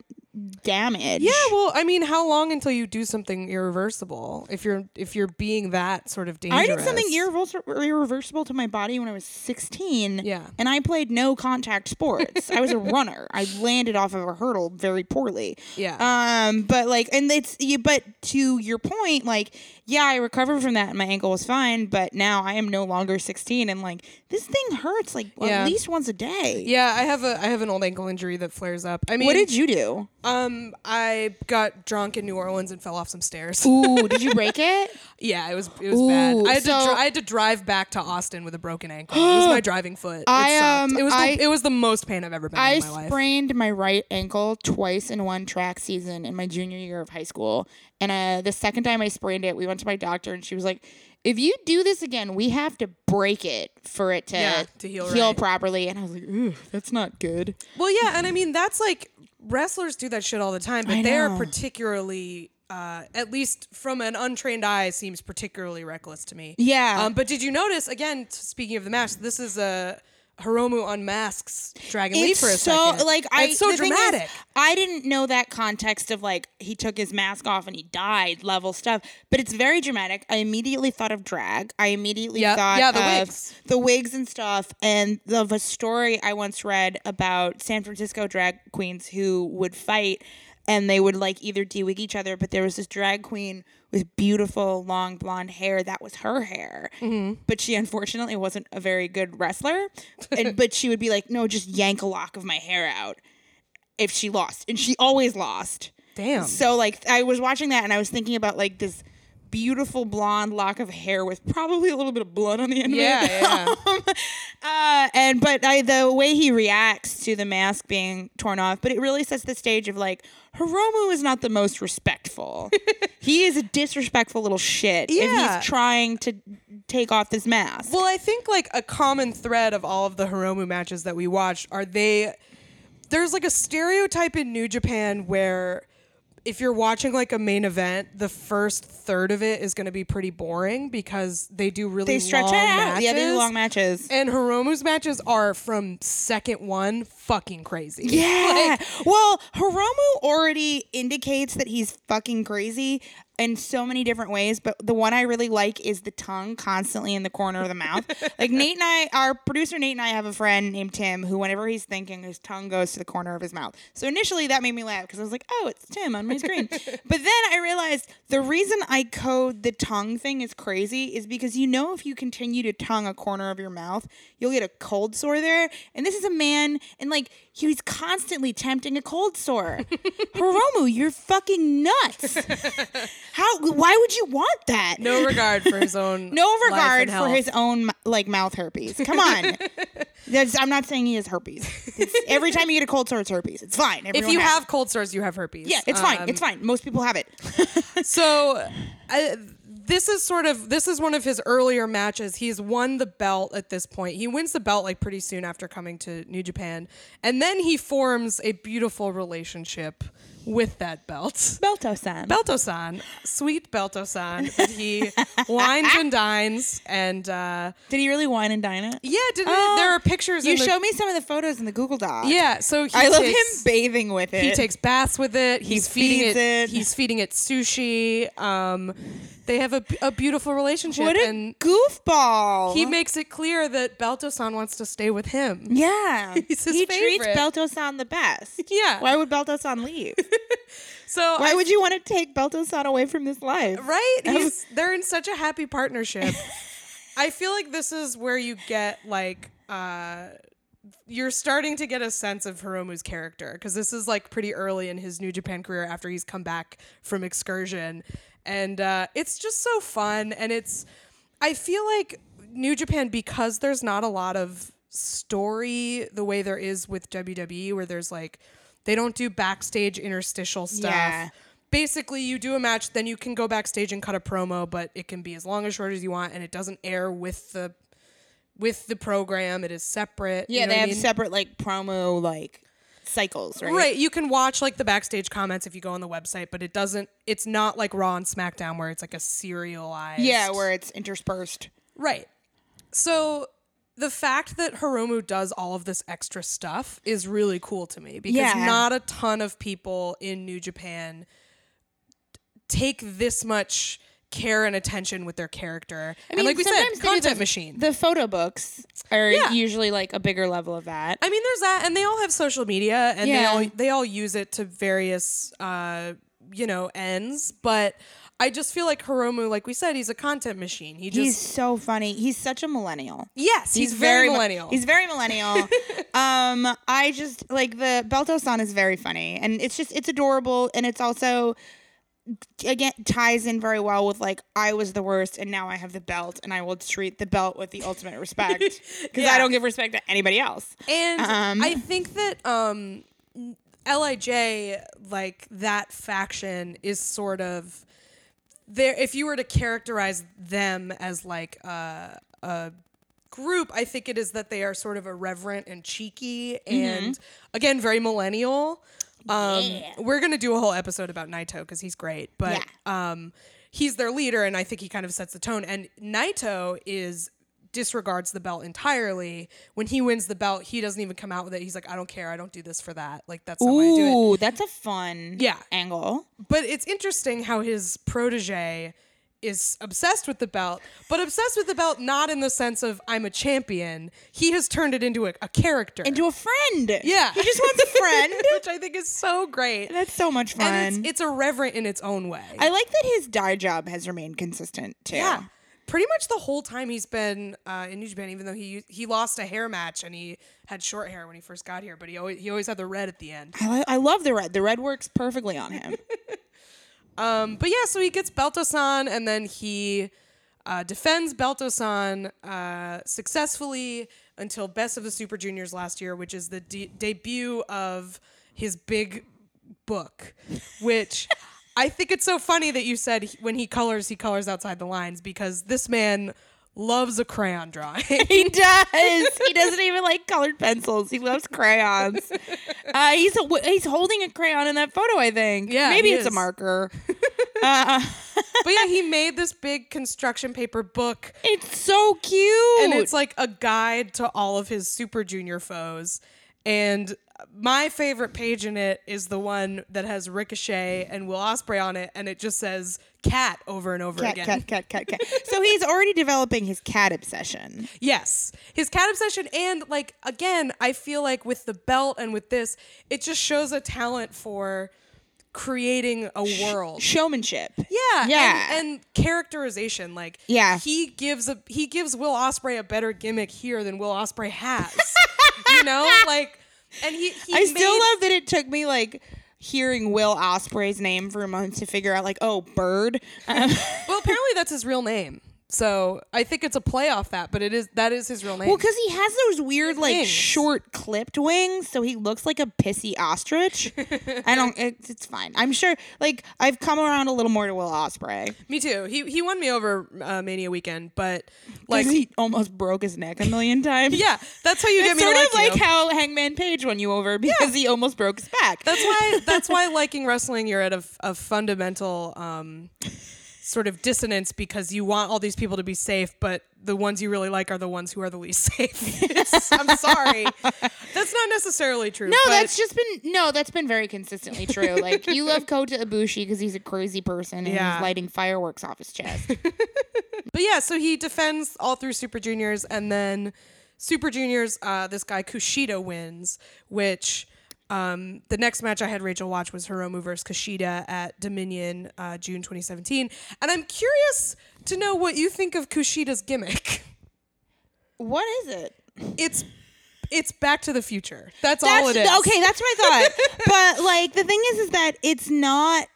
B: damage.
A: Yeah, well, I mean, how long until you do something irreversible? If you're if you're being that sort of dangerous,
B: I did something irrevers- irreversible to my body when I was 16.
A: Yeah.
B: And I played no contact sports. I was a runner. I landed off of a hurdle very poorly.
A: Yeah.
B: Um, but like, and it's, you, but to your point, like, yeah, I recovered from that and my ankle was fine, but now I am no longer 16. And like, this thing hurts like
A: Yeah.
B: at least once a day.
A: Yeah, I have a I have an old ankle injury that flares up. I mean,
B: What did you do?
A: um, I got drunk in New Orleans and fell off some stairs.
B: Ooh, did you break it?
A: Yeah, it was it was bad.
B: Ooh,
A: I had, to
B: so-
A: dri- I had to drive back to Austin with a broken ankle. It was my driving foot. It
B: I,
A: sucked.
B: um,
A: it was
B: I-
A: the, it was the most pain I've ever been
B: I
A: in my life.
B: sprained my right ankle twice in one track season in my junior year of high school. And uh, the second time I sprained it, we went to my doctor and she was like, if you do this again, we have to break it for it to,
A: Yeah, to heal right.
B: properly. And I was like, ooh, that's not good.
A: Well, yeah, and I mean that's like wrestlers do that shit all the time, but
B: I
A: they're
B: know.
A: particularly, uh, at least from an untrained eye, seems particularly reckless to me.
B: Yeah.
A: Um, but did you notice again? t- Speaking of the match, this is a Hiromu unmasks Dragon Lee
B: It's
A: for a
B: so
A: second.
B: like I
A: it's so
B: the thing is,
A: dramatic.
B: I didn't know that context of like he took his mask off and he died level stuff, but it's very dramatic. I immediately thought of drag. I immediately
A: Yeah,
B: thought
A: yeah, the
B: of
A: wigs.
B: the wigs and stuff, and of a story I once read about San Francisco drag queens who would fight. And they would like either de-wig each other, but there was this drag queen with beautiful long blonde hair that was her hair
A: Mm-hmm.
B: but she unfortunately wasn't a very good wrestler. And but she would be like, "No, just yank a lock of my hair out." If she lost, and she always lost.
A: Damn.
B: So like I was watching that and I was thinking about like this beautiful blonde lock of hair with probably a little bit of blood on the end
A: Yeah,
B: of it.
A: yeah.
B: Uh, and but I, the way he reacts to the mask being torn off, but it really sets the stage of like Hiromu is not the most respectful. he is a disrespectful little shit if
A: Yeah.
B: he's trying to take off this mask.
A: Well, I think like a common thread of all of the Hiromu matches that we watched are they there's like a stereotype in New Japan where if you're watching like a main event, the first third of it is going to be pretty boring because they do really
B: they stretch
A: long
B: it out.
A: matches.
B: Yeah, they do long matches.
A: And Hiromu's matches are from second one fucking crazy.
B: Yeah. well, Hiromu already indicates that he's fucking crazy in so many different ways, but the one I really like is the tongue constantly in the corner of the mouth. like Nate and I, our producer Nate and I have a friend named Tim who, whenever he's thinking, his tongue goes to the corner of his mouth. So initially that made me laugh because I was like, oh, it's Tim on my screen. but then I realized the reason I code the tongue thing is crazy is because you know, if you continue to tongue a corner of your mouth, you'll get a cold sore there. And this is a man, and like, he's constantly tempting a cold sore. Hiromu, you're fucking nuts. How? Why would you want that?
A: No regard for his own.
B: No
A: life and
B: regard for
A: health.
B: his own like mouth herpes. Come on. That's, I'm not saying he has herpes. It's, every time you get a cold sore, it's herpes. It's fine.
A: If
B: Everyone
A: you
B: has
A: have cold sores, you have herpes.
B: it. yeah, it's
A: Um,
B: fine. It's fine. Most people have it.
A: So I, this is sort of this is one of his earlier matches. He's won the belt at this point. He wins the belt like pretty soon after coming to New Japan, and then he forms a beautiful relationship with that belt.
B: Belto-san.
A: Belto-san, sweet Belto-san, that he wines and dines, and uh,
B: Did he really wine and dine it?
A: yeah, didn't
B: Oh,
A: there are pictures?
B: You
A: in the,
B: show me some of the photos in the Google Doc.
A: Yeah, so he
B: I love
A: takes,
B: him bathing with it.
A: He takes baths with it. He's feeding
B: feeds it.
A: He's feeding it sushi. Um, they have a, a beautiful relationship,
B: what a
A: and
B: goofball.
A: he makes it clear that Belto-san wants to stay with him.
B: yeah.
A: He's his
B: he
A: favorite.
B: treats Belto-san the best.
A: Yeah.
B: Why would Belto-san leave?
A: So
B: Why
A: I-
B: would you want to take Belto-san away from this life?
A: right? He's, they're in such a happy partnership. I feel like this is where you get like uh, you're starting to get a sense of Hiromu's character because this is like pretty early in his New Japan career after he's come back from excursion, and uh, it's just so fun. And it's I feel like New Japan because there's not a lot of story the way there is with WWE where there's like they don't do backstage interstitial stuff
B: Yeah.
A: basically you do a match then you can go backstage and cut a promo but it can be as long or short as you want and it doesn't air with the with the program it is separate you
B: Yeah,
A: know
B: they
A: what I
B: have
A: mean?
B: separate like promo like cycles, right?
A: right you can watch like the backstage comments if you go on the website but it doesn't it's not like raw and smackdown where it's like a serialized
B: Yeah, where it's interspersed.
A: right so the fact that Hiromu does all of this extra stuff is really cool to me because
B: Yeah.
A: not a ton of people in New Japan take this much care and attention with their character. and like we said,
B: sometimes they do
A: content
B: the-
A: machine.
B: The photo books are
A: Yeah.
B: usually like a bigger level of that.
A: I mean, there's that, and they all have social media, and
B: Yeah.
A: they all they all use it to various, uh, you know, ends. But I just feel like Hiromu, like we said, he's a content machine. He just
B: He's so funny. He's such a millennial.
A: yes, he's, very,
B: mu-
A: millennial.
B: He's very millennial. um, I just like the Belto san is very funny, and it's just it's adorable, and it's also again ties in very well with like I was the worst, and now I have the belt, and I will treat the belt with the ultimate respect because
A: Yeah.
B: I don't give respect to anybody else.
A: And
B: Um,
A: I think that um, Lij, like that faction, is sort of there. If you were to characterize them as like a, a group, I think it is that they are sort of irreverent and cheeky, and again, very millennial. Um, We're gonna do a whole episode about Naito because he's great, but um, he's their leader, and I think he kind of sets the tone. And Naito is disregards the belt entirely. When he wins the belt, he doesn't even come out with it. He's like, I don't care. I don't do this for that. Like that's not why I do it.
B: Ooh, that's a fun
A: Yeah.
B: angle.
A: But it's interesting how his protege is obsessed with the belt, but obsessed with the belt not in the sense of I'm a champion. He has turned it into a, a character.
B: Into a friend.
A: yeah.
B: He just wants a friend.
A: Which I think is so great.
B: That's so much fun.
A: And it's, it's irreverent in its own way.
B: I like that his dye job has remained consistent too.
A: Yeah. Pretty much the whole time he's been uh, in New Japan, even though he he lost a hair match and he had short hair when he first got here, but he always he always had the red at the end.
B: I, li- I love the red. The red works perfectly on him.
A: Um, but yeah, so he gets Beltosan and then he uh, defends Beltosan uh, successfully until Best of the Super Juniors last year, which is the de- debut of his big book, which. I think it's so funny that you said he- when he colors, he colors outside the lines because this man loves a crayon drawing.
B: he does. He doesn't even like colored pencils. He loves crayons. Uh, he's a, he's holding a crayon in that photo. I think.
A: Yeah,
B: Maybe
A: he
B: it's a
A: is.
B: marker.
A: but yeah, he made this big construction paper book
B: It's so cute.
A: and it's like a guide to all of his super junior foes And my favorite page in it is the one that has Ricochet and Will Osprey on it, and it just says cat over and over
B: Cat,
A: again.
B: cat, cat, cat, cat. so he's already developing his cat obsession.
A: Yes. His cat obsession and like again, I feel like with the belt and with this, it just shows a talent for creating a world.
B: Showmanship.
A: yeah, and-
B: Yeah.
A: and, characterization. Like,
B: Yeah.
A: he gives a he gives Will Osprey a better gimmick here than Will Osprey has. you know, like, and he, he
B: I
A: made,
B: still love that it took me like hearing Will Osprey's name for a moment to figure out like, oh, bird. Um,
A: Well, apparently that's his real name, so I think it's a play off that, but it is that is his real name.
B: well, because he has those weird like
A: Wings.
B: short clipped wings, so he looks like a pissy ostrich. I don't. It, it's fine. I'm sure. Like I've come around a little more to Will Osprey
A: me too. He he won me over uh, Mania weekend, but like.
B: like he almost broke his neck a million times.
A: Yeah, that's how you get
B: It's
A: me
B: sort
A: to
B: of like
A: you.
B: how Hangman Page won you over because he almost broke his back.
A: That's why. That's why liking wrestling, you're at a, a fundamental um, sort of dissonance because you want all these people to be safe, but the ones you really like are the ones who are the least safe. It's- I'm sorry, that's not necessarily true.
B: No,
A: but
B: that's just been no, that's been very consistently true. Like you love Kota Ibushi because he's a crazy person and
A: Yeah.
B: he's lighting fireworks off his chest.
A: but yeah. So he defends all through Super Juniors, and then Super Juniors, uh, this guy Kushida wins, which. Um, the next match I had Rachel watch was Hiromu versus Kushida at Dominion, uh, June 2017. And I'm curious to know what you think of Kushida's gimmick.
B: what is it?
A: it's it's Back to the Future. That's,
B: That's,
A: all it is.
B: Okay, that's what I thought. but like the thing is, is that it's not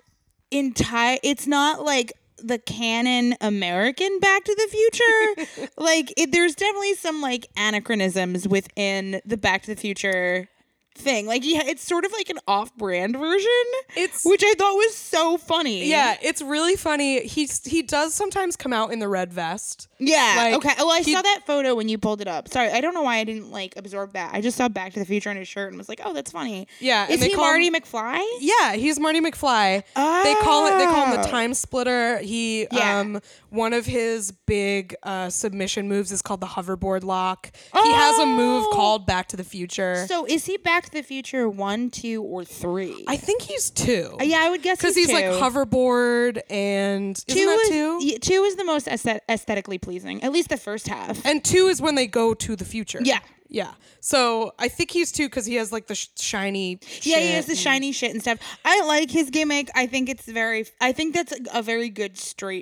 B: entire. It's not like the canon American Back to the Future. like it, there's definitely some like anachronisms within the Back to the Future thing. Like yeah, it's sort of like an off-brand version.
A: It's-
B: which I thought was so funny.
A: Yeah, it's really funny. He he does sometimes come out in the red vest.
B: Yeah.
A: Like,
B: okay. Well, I
A: he-
B: saw that photo when you pulled it up. Sorry, I don't know why I didn't like absorb that. I just saw Back to the Future on his shirt and was like, "Oh, that's funny."
A: Yeah, and
B: Is
A: they
B: he
A: call
B: Marty
A: him-
B: McFly?
A: Yeah, he's Marty McFly. They call it they call him the
B: Oh.
A: time splitter. He
B: Yeah.
A: um one of his big uh, submission moves is called the hoverboard lock. He has a move
B: Oh.
A: called Back to the Future.
B: So is he Back to the Future one, two, or three?
A: I think he's two.
B: Uh, yeah, I would guess
A: Because he's, like
B: two.
A: hoverboard and
B: Two
A: isn't that
B: is,
A: two?
B: yeah, two is the most aesthet- aesthetically pleasing, at least the first half.
A: And two is when they go to the future.
B: Yeah.
A: Yeah. So I think he's two because he has like the sh- shiny.
B: Yeah,
A: shit
B: he has the
A: and-
B: shiny shit and stuff. I like his gimmick. I think it's very. I think that's a- a very good,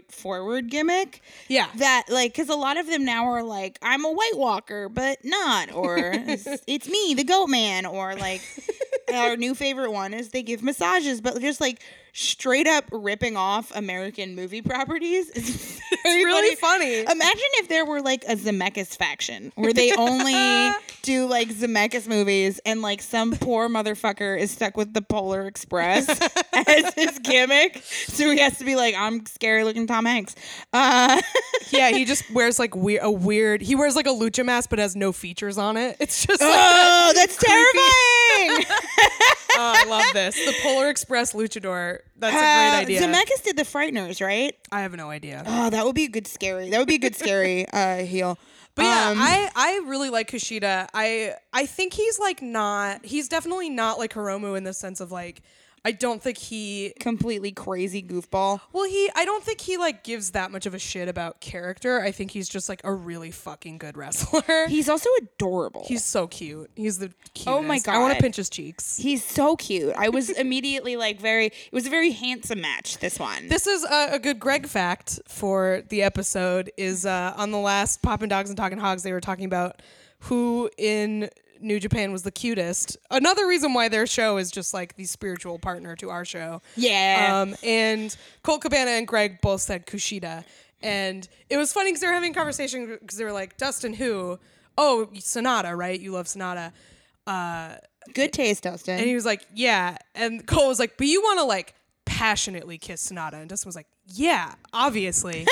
B: straightforward gimmick.
A: Yeah.
B: that like because a lot of them now are like i'm a white walker but not or it's, it's me the goat man or like our new favorite one is they give massages but just like straight up ripping off american movie properties it's
A: really funny.
B: imagine if there were like a zemeckis faction where they only do like zemeckis movies and like some poor motherfucker is stuck with the polar express as his gimmick so he has to be like i'm scary looking tom hanks uh
A: yeah, he just wears like we- a weird. He wears like a lucha mask but has no features on it. It's just like.
B: Oh, that's terrifying!
A: oh, I love this. The Polar Express luchador. That's a great idea.
B: Uh, Zemeckis did the Frighteners, right?
A: I have no idea.
B: Oh, that would be a good scary. That would be a good scary uh, heel.
A: But yeah,
B: Um,
A: I, I really like Kushida. I I think he's like not he's definitely not like Hiromu in the sense of like I don't think he
B: completely crazy goofball.
A: Well, he I don't think he like gives that much of a shit about character. I think he's just like a really fucking good wrestler.
B: He's also adorable.
A: He's so cute. He's the cutest.
B: Oh my
A: I want to
B: God.
A: pinch his cheeks.
B: he's so cute. I was immediately like very. It was a very handsome match. This one.
A: This is a, a good Greg fact for the episode. Is uh, on the last Poppin' Dogs and Talking Hogs, they were talking about who in New Japan was the cutest. Another reason why their show is just like the spiritual partner to our show.
B: Yeah.
A: Um, and Colt Cabana and Greg both said Kushida. And it was funny because they were having a conversation because they were like, Dustin, who? Oh, Sonata, right? You love Sonata.
B: good taste, Dustin.
A: And he was like, yeah. And Cole was like, but you want to like passionately kiss Sonata. And Dustin was like, yeah, obviously.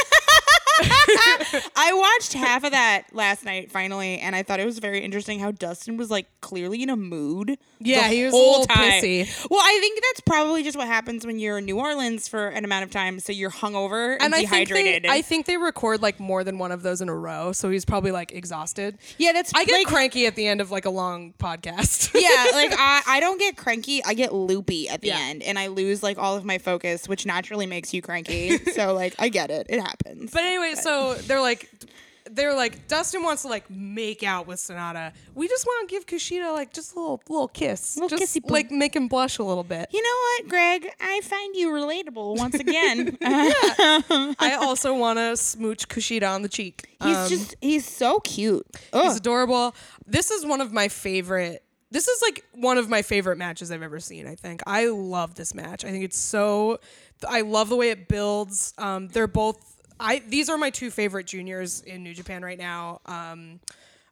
B: I watched half of that last night finally, and I thought it was very interesting how Dustin was like clearly in a mood.
A: Yeah,
B: the
A: he was a little pissy.
B: Well, I think that's probably just what happens when you're in New Orleans for an amount of time, so you're hungover and,
A: And I think, they,
B: dehydrated.
A: I think they record like more than one of those in a row, so he's probably like exhausted.
B: yeah, that's
A: I get
B: like,
A: cranky at the end of like a long podcast.
B: yeah, like I, I don't get cranky. I get loopy at the
A: Yeah.
B: end, and I lose like all of my focus, which naturally makes you cranky. so like I get it. It happens.
A: But anyway, so they're like, they're like, Dustin wants to like make out with Sonata. We just want to give Kushida like just a little little kiss,
B: Little
A: just
B: kissy boom.
A: like make him blush a little bit.
B: you know what, Greg? I find you relatable once again. Uh,
A: I also want to smooch Kushida on the cheek.
B: He's just he's so cute. Oh,
A: He's
B: Ugh.
A: adorable. This is one of my favorite. This is like one of my favorite matches I've ever seen. I think I love this match. I think it's so. I love the way it builds. Um, they're both. I these are my two favorite juniors in New Japan right now. Um,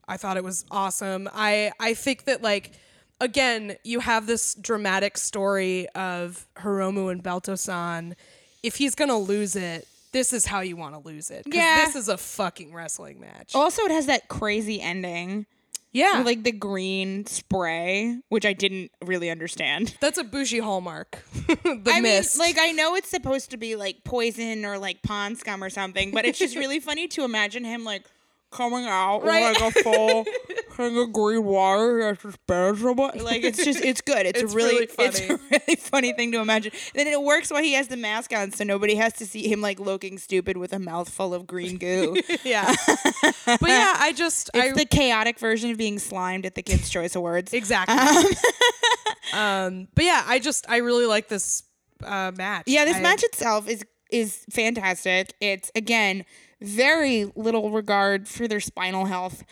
A: I thought it was awesome. I I think that like again you have this dramatic story of Hiromu and Belto-san. If he's gonna lose it, this is how you want to lose it. 'Cause
B: Yeah.
A: this is a fucking wrestling match.
B: also, it has that crazy ending,
A: yeah,
B: with, like the green spray, which I didn't really understand.
A: That's a bougie hallmark. the
B: I
A: mist.
B: mean, like I know it's supposed to be like poison or like pond scum or something, but it's just really funny to imagine him like coming out with,
A: Right.
B: like a full thing of green water after spare somebody. Like it's just it's good. It's,
A: It's
B: a really,
A: really
B: it's
A: funny.
B: a really funny thing to imagine. Then it works while he has the mask on, so nobody has to see him like looking stupid with a mouthful of green goo.
A: yeah. but yeah, I just I
B: It's the chaotic version of being slimed at the Kids' Choice Awards.
A: exactly. um, but yeah, I just I really like this uh, match.
B: yeah, this
A: I-
B: match itself is is fantastic. It's again very little regard for their spinal health.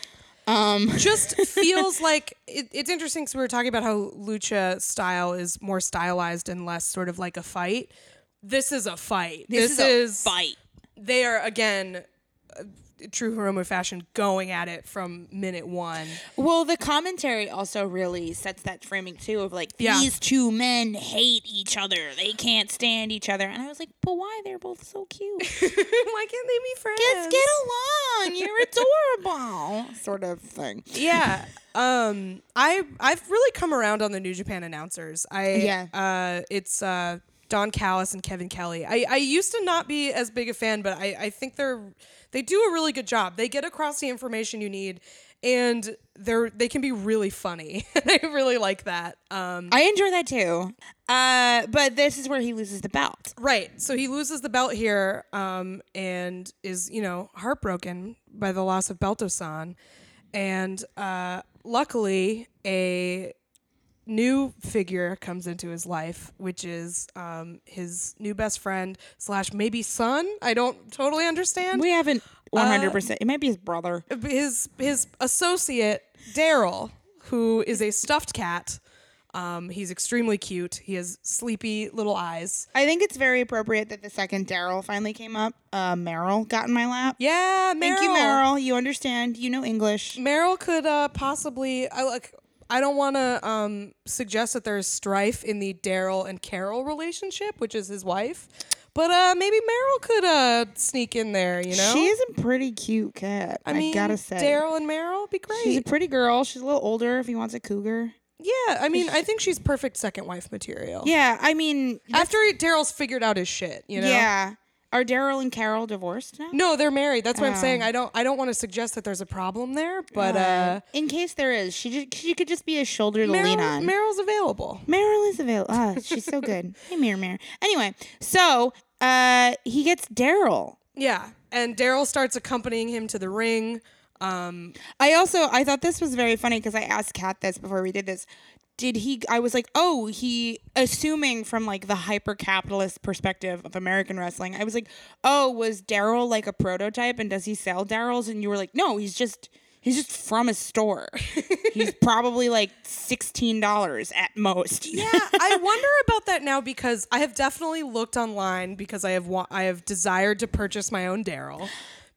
B: Um,
A: just feels like it, it's interesting because we were talking about how lucha style is more stylized and less sort of like a fight. This is a fight. This, is,
B: fight.
A: They are again. uh, True Hiromu fashion, going at it from minute one.
B: Well, the commentary also really sets that framing too of like
A: Yeah.
B: these two men hate each other. They can't stand each other. And I was like, but why? They're both so cute. Let's
A: Why can't they be friends?
B: get along. You're adorable. sort of thing.
A: yeah um i i've really come around on the new japan announcers i
B: Yeah.
A: uh it's uh don callis and kevin kelly i i used to not be as big a fan but i i think they're they do a really good job they get across the information you need and they're they can be really funny i really like that um
B: I enjoy that too. Uh, but this is where he loses the belt.
A: right so he loses the belt here um and is you know heartbroken by the loss of belto-san and uh luckily a new figure comes into his life, which is um, his new best friend slash maybe son. I don't totally understand.
B: We haven't 100%. it might be his brother.
A: his his associate Daryl, who is a stuffed cat. Um, he's extremely cute. He has sleepy little eyes.
B: I think it's very appropriate that the second Daryl finally came up, uh, Meryl got in my lap.
A: Yeah, Meryl.
B: Thank you, Meryl. You understand. You know English.
A: Meryl could uh, possibly. I like. I don't want to um, suggest that there's strife in the Daryl and Carol relationship, which is his wife, but uh, maybe Meryl could uh, sneak in there. You know,
B: She is a pretty cute cat. I,
A: I mean,
B: gotta say.
A: Daryl and Meryl would be
B: She's a
A: great.
B: pretty girl. She's a little older if he wants a cougar.
A: yeah, I mean, I think she's perfect second wife material.
B: Yeah, I mean,
A: After Daryl's figured out his shit, you know.
B: yeah. Are Daryl and Carol divorced now?
A: No, they're married. That's what I'm saying.
B: Um,
A: I don't. I don't want to suggest that there's a problem there, but uh,
B: In case there is, she just, she could just be a shoulder to Uh, lean
A: Meryl,
B: on.
A: Meryl's available.
B: Meryl is available. Ah, she's so good. hey, Mirror, Mirror. Anyway, so uh, he gets Daryl.
A: Yeah, and Daryl starts accompanying him to the ring. Um,
B: I also I thought this was very funny because I asked Kat this before we did this. Did he? I was like, oh, he assuming from like the hyper capitalist perspective of American wrestling. I was like, oh, was Daryl like a prototype, and does he sell Daryls? And you were like, no, he's just he's just from a store. he's probably like sixteen dollars at most.
A: Yeah, I wonder about that now because I have definitely looked online because I have wa- I have desired to purchase my own Daryl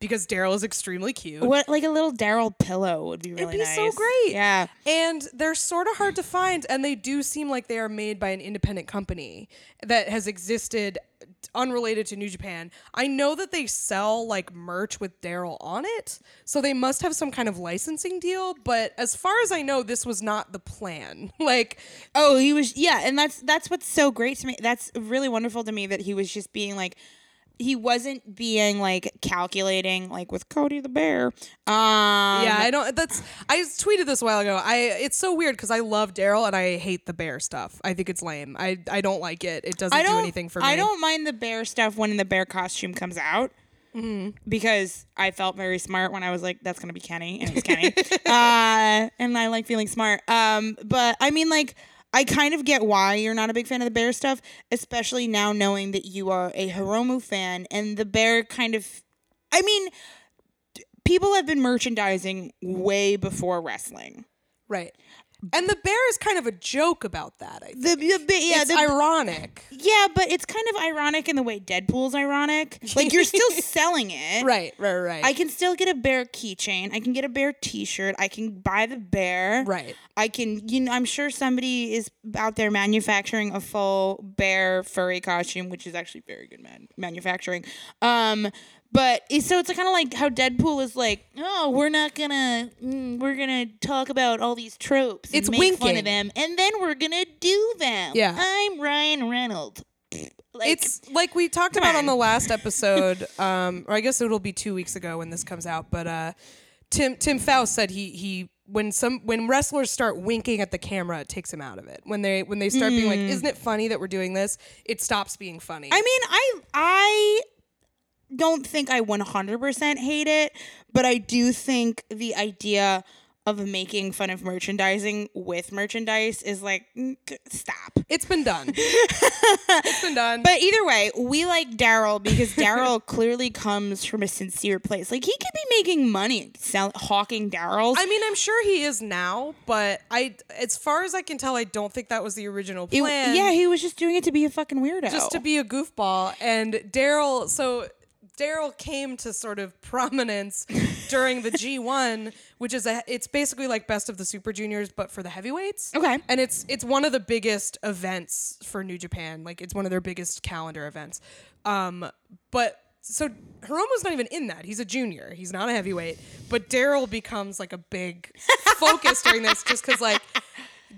A: because Daryl is extremely cute.
B: What like a little Daryl pillow would be really
A: be
B: nice.
A: so great.
B: Yeah.
A: And they're sort of hard to find, and they do seem like they are made by an independent company that has existed unrelated to New Japan. I know that they sell like merch with Daryl on it, so they must have some kind of licensing deal. But as far as I know, this was not the plan. Like,
B: Oh, he was yeah, and that's that's what's so great to me. That's really wonderful to me that he was just being like he wasn't being like calculating like with Cody the bear. Um
A: yeah, I don't. That's I tweeted this a while ago. I it's so weird because I love Daryl and I hate the bear stuff. I think it's lame. I I don't like it. It doesn't
B: I
A: do
B: don't
A: anything for me.
B: I don't mind the bear stuff when the bear costume comes out.
A: Mm-hmm.
B: Because I felt very smart when I was like, "That's gonna be Kenny," and it was Kenny, uh, and I like feeling smart. Um, but I mean, like, I kind of get why you're not a big fan of the bear stuff, especially now knowing that you are a Hiromu fan, and the bear kind of, I mean, d- people have been merchandising way before wrestling.
A: Right. And the bear is kind of a joke about that. I think.
B: The, the, the yeah,
A: it's
B: the,
A: ironic.
B: Yeah, but it's kind of ironic in the way Deadpool's ironic. Like you're still selling it.
A: Right, right, right.
B: I can still get a bear keychain. I can get a bear T-shirt. I can buy the bear.
A: Right.
B: I can. You know, I'm sure somebody is out there manufacturing a full bear furry costume, which is actually very good man- manufacturing. Um, but it's, so it's kind of like how Deadpool is like, oh, we're not gonna, mm, we're gonna talk about all these tropes. and
A: It's
B: make fun
A: winking.
B: of them, and then we're gonna do them.
A: Yeah.
B: I'm Ryan Reynolds. Like,
A: it's like we talked about on.
B: on.
A: the last episode, um, or I guess it'll be two weeks ago when this comes out. But uh, Tim Tim Faust said he he when some when wrestlers start winking at the camera, it takes him out of it. When they when they start being like, "Isn't it funny that we're doing this?" It stops being funny.
B: Hmm. I mean, I I don't think I 100% hate it, but I do think the idea of making fun of merchandising with merchandise is like mm, g- stop.
A: it's been done. it's been done.
B: But either way, we like Daryl because Daryl clearly comes from a sincere place. Like he could be making money sell- hawking Daryls.
A: I mean, I'm sure he is now, but I, as far as I can tell, I don't think that was the original
B: It-
A: plan.
B: yeah, he was just doing it to be a fucking weirdo.
A: just to be a goofball. And Daryl, so Daryl came to sort of prominence during the G1, which is a it's basically like Best of the Super Juniors, but for the heavyweights.
B: Okay.
A: and it's it's one of the biggest events for New Japan. Like it's one of their biggest calendar events. Um, but. So Hiromu's not even in that. He's a junior. He's not a heavyweight. But Daryl becomes like a big focus during this just because like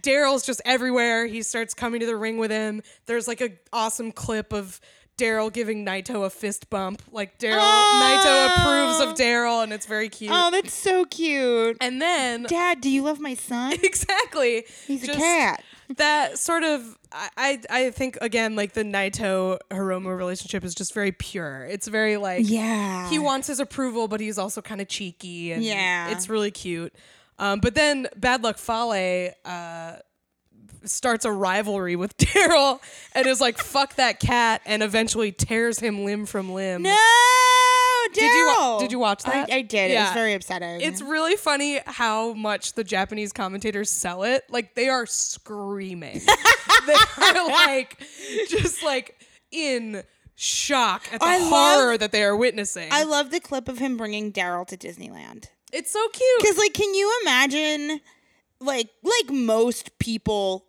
A: Daryl's just everywhere. He starts coming to the ring with him. There's like a awesome clip of Daryl giving Naito a fist bump. Like Daryl,
B: Oh.
A: Naito approves of Daryl, and it's very cute.
B: oh, that's so cute.
A: and then
B: Dad, do you love my son?
A: exactly,
B: He's a cat.
A: That sort of, I, I, I think again, like the Naito Hiromu relationship is just very pure. It's very like,
B: Yeah.
A: he wants his approval, but he's also kind of cheeky, and
B: Yeah.
A: it's really cute. Um, but then Bad Luck Fale uh, starts a rivalry with Daryl and is like, "Fuck that cat," and eventually tears him limb from limb.
B: No, Daryl.
A: Did you wa- did you watch
B: I-
A: that?
B: I, did. It was
A: Yeah.
B: very upsetting.
A: It's really funny how much the Japanese commentators sell it. Like they are screaming. they are like just like in shock at the
B: I love-
A: horror that they are witnessing.
B: I love the clip of him bringing Daryl to Disneyland.
A: it's so cute.
B: Because like, can you imagine? Like, like most people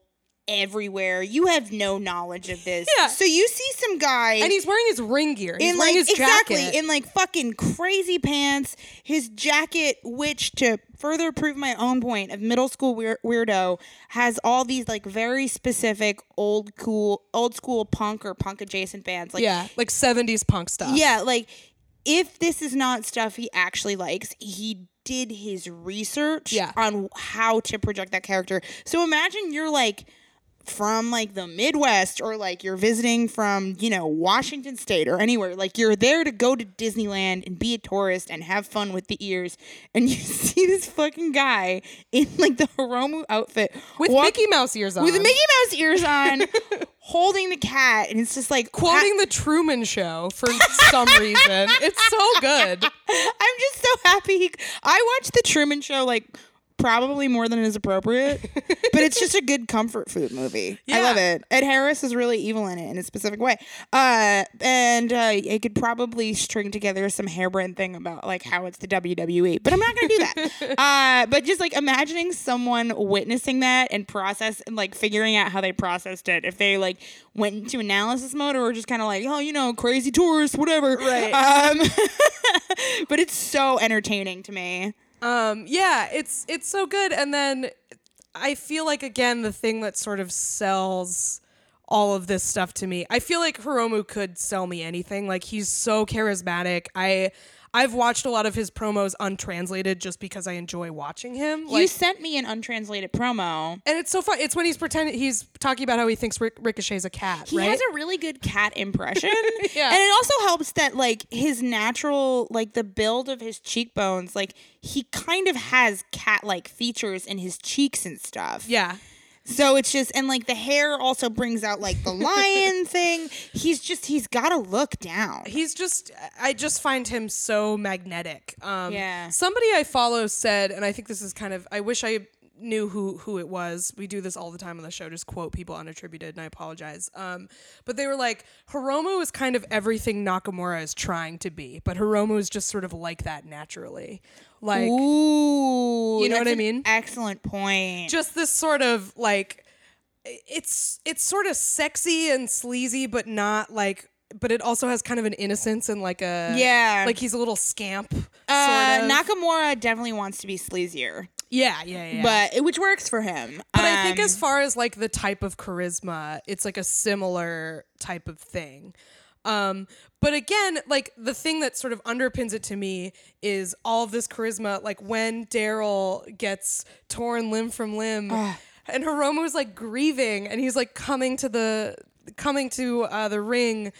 B: everywhere, you have no knowledge of this.
A: Yeah.
B: So you see some guy
A: and he's wearing his ring gear. He's
B: in
A: wearing
B: like
A: his
B: exactly
A: jacket.
B: in like fucking crazy pants, his jacket, which to further prove my own point of middle school weir- weirdo, has all these like very specific old cool old school punk or punk adjacent bands. Like
A: yeah, like seventies punk stuff.
B: Yeah, like if this is not stuff he actually likes, he did his research
A: Yeah.
B: on how to project that character. So imagine you're like from like the Midwest or like you're visiting from, you know, Washington state or anywhere. Like you're there to go to Disneyland and be a tourist and have fun with the ears and you see this fucking guy in like the Hiromu outfit
A: with
B: walk-
A: Mickey Mouse ears on,
B: with Mickey Mouse ears on holding the cat and it's just like
A: quoting the Truman Show for some reason. It's so good.
B: I'm just so happy. He, I watched the Truman Show like probably more than is appropriate, but it's just a good comfort food movie. I
A: Yeah.
B: love it. Ed Harris is really evil in it in a specific way. Uh, and uh, it could probably string together some harebrained thing about like how it's the WWE, but I'm not gonna do that. uh, but just like imagining someone witnessing that and process and like figuring out how they processed it, if they like went into analysis mode or were just kind of like, oh, you know, crazy tourist, whatever.
A: Right.
B: Um, but it's so entertaining to me.
A: Um, yeah, it's it's so good. And then I feel like again the thing that sort of sells all of this stuff to me. I feel like Hiromu could sell me anything. Like he's so charismatic. I I've watched a lot of his promos untranslated just because I enjoy watching him.
B: you
A: Like,
B: sent me an untranslated promo.
A: and it's so fun. It's when he's pretending he's talking about how he thinks Rick- Ricochet's a cat,
B: He
A: right?
B: has a really good cat impression.
A: Yeah.
B: And it also helps that like his natural like the build of his cheekbones, like he kind of has cat like features in his cheeks and stuff.
A: yeah.
B: So it's just and like the hair also brings out like the lion thing. He's just he's gotta look down.
A: he's just i just find him so magnetic um
B: Yeah.
A: somebody i follow said and i think this is kind of i wish i knew who who it was we do this all the time on the show just quote people unattributed and i apologize um but they were like hiromu is kind of everything nakamura is trying to be but hiromu is just sort of like that naturally like
B: Ooh.
A: You know
B: that's
A: what I
B: an
A: mean?
B: Excellent point.
A: just this sort of like it's it's sort of sexy and sleazy but not like but it also has kind of an innocence and like a
B: Yeah.
A: like he's a little scamp
B: uh,
A: sort of.
B: Nakamura definitely wants to be sleazier.
A: yeah yeah yeah
B: But eh, which works for him.
A: But I think
B: Um,
A: as far as like the type of charisma, it's like a similar type of thing. Um, but again, like the thing that sort of underpins it to me is all of this charisma. Like when Daryl gets torn limb from limb, and Hiromu is like grieving, and he's like coming to the coming to uh, the ring,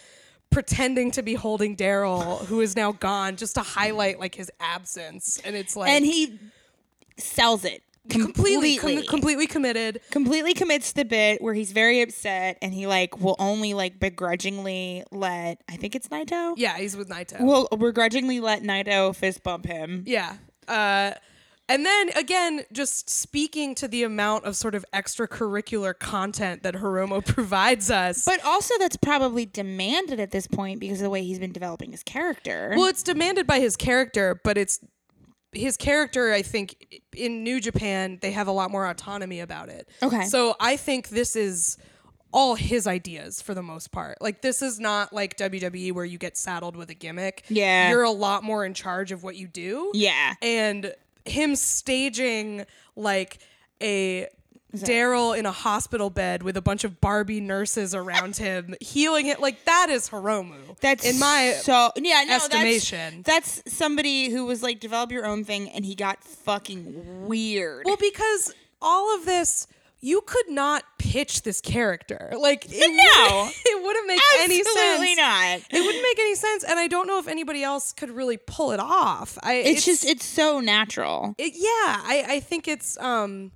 A: pretending to be holding Daryl, who is now gone, just to highlight like his absence. And it's like
B: and he sells it completely
A: completely com-
B: completely,
A: completely committed.
B: commits to the bit where he's very upset and he like will only like begrudgingly let I think it's Naito
A: Yeah, he's with Naito.
B: will begrudgingly let Naito fist bump him.
A: Yeah. Uh, and then again, just speaking to the amount of sort of extracurricular content that Hiromo provides us.
B: But also that's probably demanded at this point because of the way he's been developing his character.
A: well, it's demanded by his character, but it's his character, I think, in New Japan, they have a lot more autonomy about it.
B: Okay.
A: So I think this is all his ideas for the most part. Like, this is not like WWE where you get saddled with a gimmick.
B: Yeah.
A: You're a lot more in charge of what you do.
B: yeah.
A: and him staging like a Daryl in a hospital bed with a bunch of Barbie nurses around him, healing it like that is Hiromu.
B: That's
A: in my
B: so yeah no, that's-
A: estimation.
B: That's, somebody who was like develop your own thing and he got fucking weird.
A: well because all of this. You could not pitch this character. Like it
B: No.
A: would, it wouldn't make any sense.
B: Absolutely not.
A: It wouldn't make any sense, and I don't know if anybody else could really pull it off. I
B: it's just it's so natural.
A: it, yeah I, I think it's um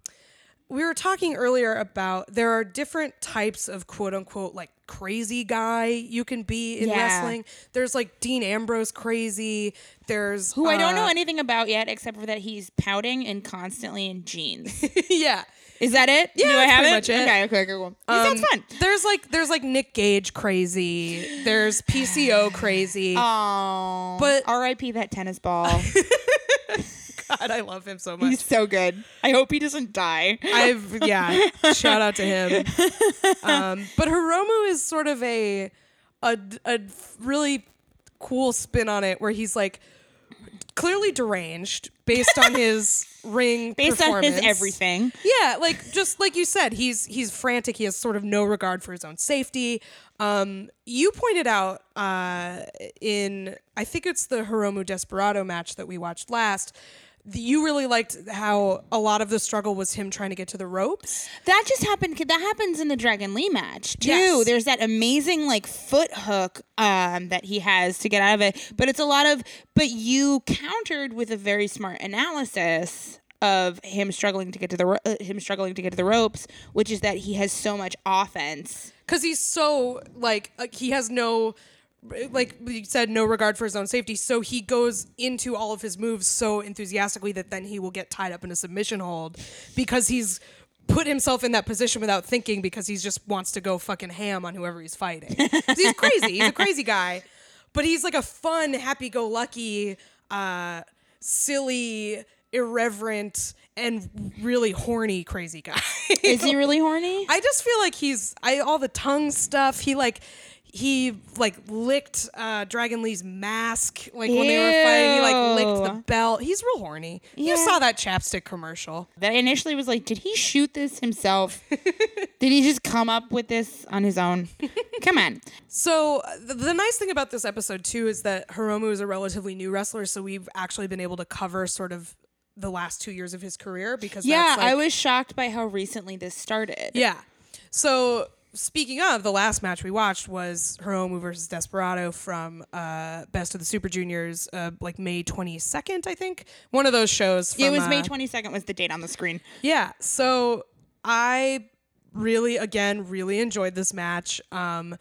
A: we were talking earlier about there are different types of quote unquote like crazy guy you can be in
B: Yeah.
A: wrestling there's like dean ambrose crazy there's
B: who I don't know anything about yet, except for that he's pouting and constantly in jeans.
A: uh, yeah
B: Is that it? Yeah, Do I
A: that's
B: have
A: pretty
B: it?
A: much it.
B: Um, Okay, okay, okay, cool. He sounds fun.
A: there's like there's like nick gage crazy there's pco crazy
B: Oh,
A: but-
B: R.I.P. that tennis ball.
A: god i love him so much
B: he's so good. I hope he doesn't die.
A: I've yeah. shout out to him. Um, but Hiromu is sort of a a a really cool spin on it, where he's like clearly deranged based on his ring,
B: Based on his
A: performance.
B: everything,
A: Yeah, like just like you said, he's he's frantic. He has sort of no regard for his own safety. Um, you pointed out uh, in I think it's the Hiromu Desperado match that we watched last. th- You really liked how a lot of the struggle was him trying to get to the ropes.
B: that just happened. That happens in the Dragon Lee match too.
A: Yes.
B: There's that amazing like foot hook um, that he has to get out of it, but it's a lot of. But you countered with a very smart analysis of him struggling to get to the ro- uh, him struggling to get to the ropes, which is that he has so much offense.
A: because he's so like uh, he has no like you said, no regard for his own safety. So he goes into all of his moves so enthusiastically that then he will get tied up in a submission hold because he's put himself in that position without thinking because he just wants to go fucking ham on whoever he's fighting. 'Cause he's crazy. He's a crazy guy. But he's like a fun, happy go lucky, uh, silly, irreverent, and really horny crazy guy.
B: Is he really horny?
A: I just feel like he's I all the tongue stuff. He like he like licked uh, Dragon Lee's mask like when they were fighting. He like licked the
B: Ew.
A: belt. He's real horny. You
B: Yeah.
A: saw that chapstick commercial.
B: That initially was like, did he shoot this himself? did he just come up with this on his own? Come on.
A: So uh, the, the nice thing about this episode too is that Hiromu is a relatively new wrestler, so we've actually been able to cover sort of the last two years of his career because
B: Yeah,
A: that's, like,
B: I was shocked by how recently this started.
A: Yeah. So speaking of, the last match we watched was Hiromu versus Desperado from uh, Best of the Super Juniors, uh, like May 22nd, I think. One of those shows. From,
B: It was May
A: uh,
B: 22nd was the date on the screen.
A: yeah. So I really, again, really enjoyed this match. Um,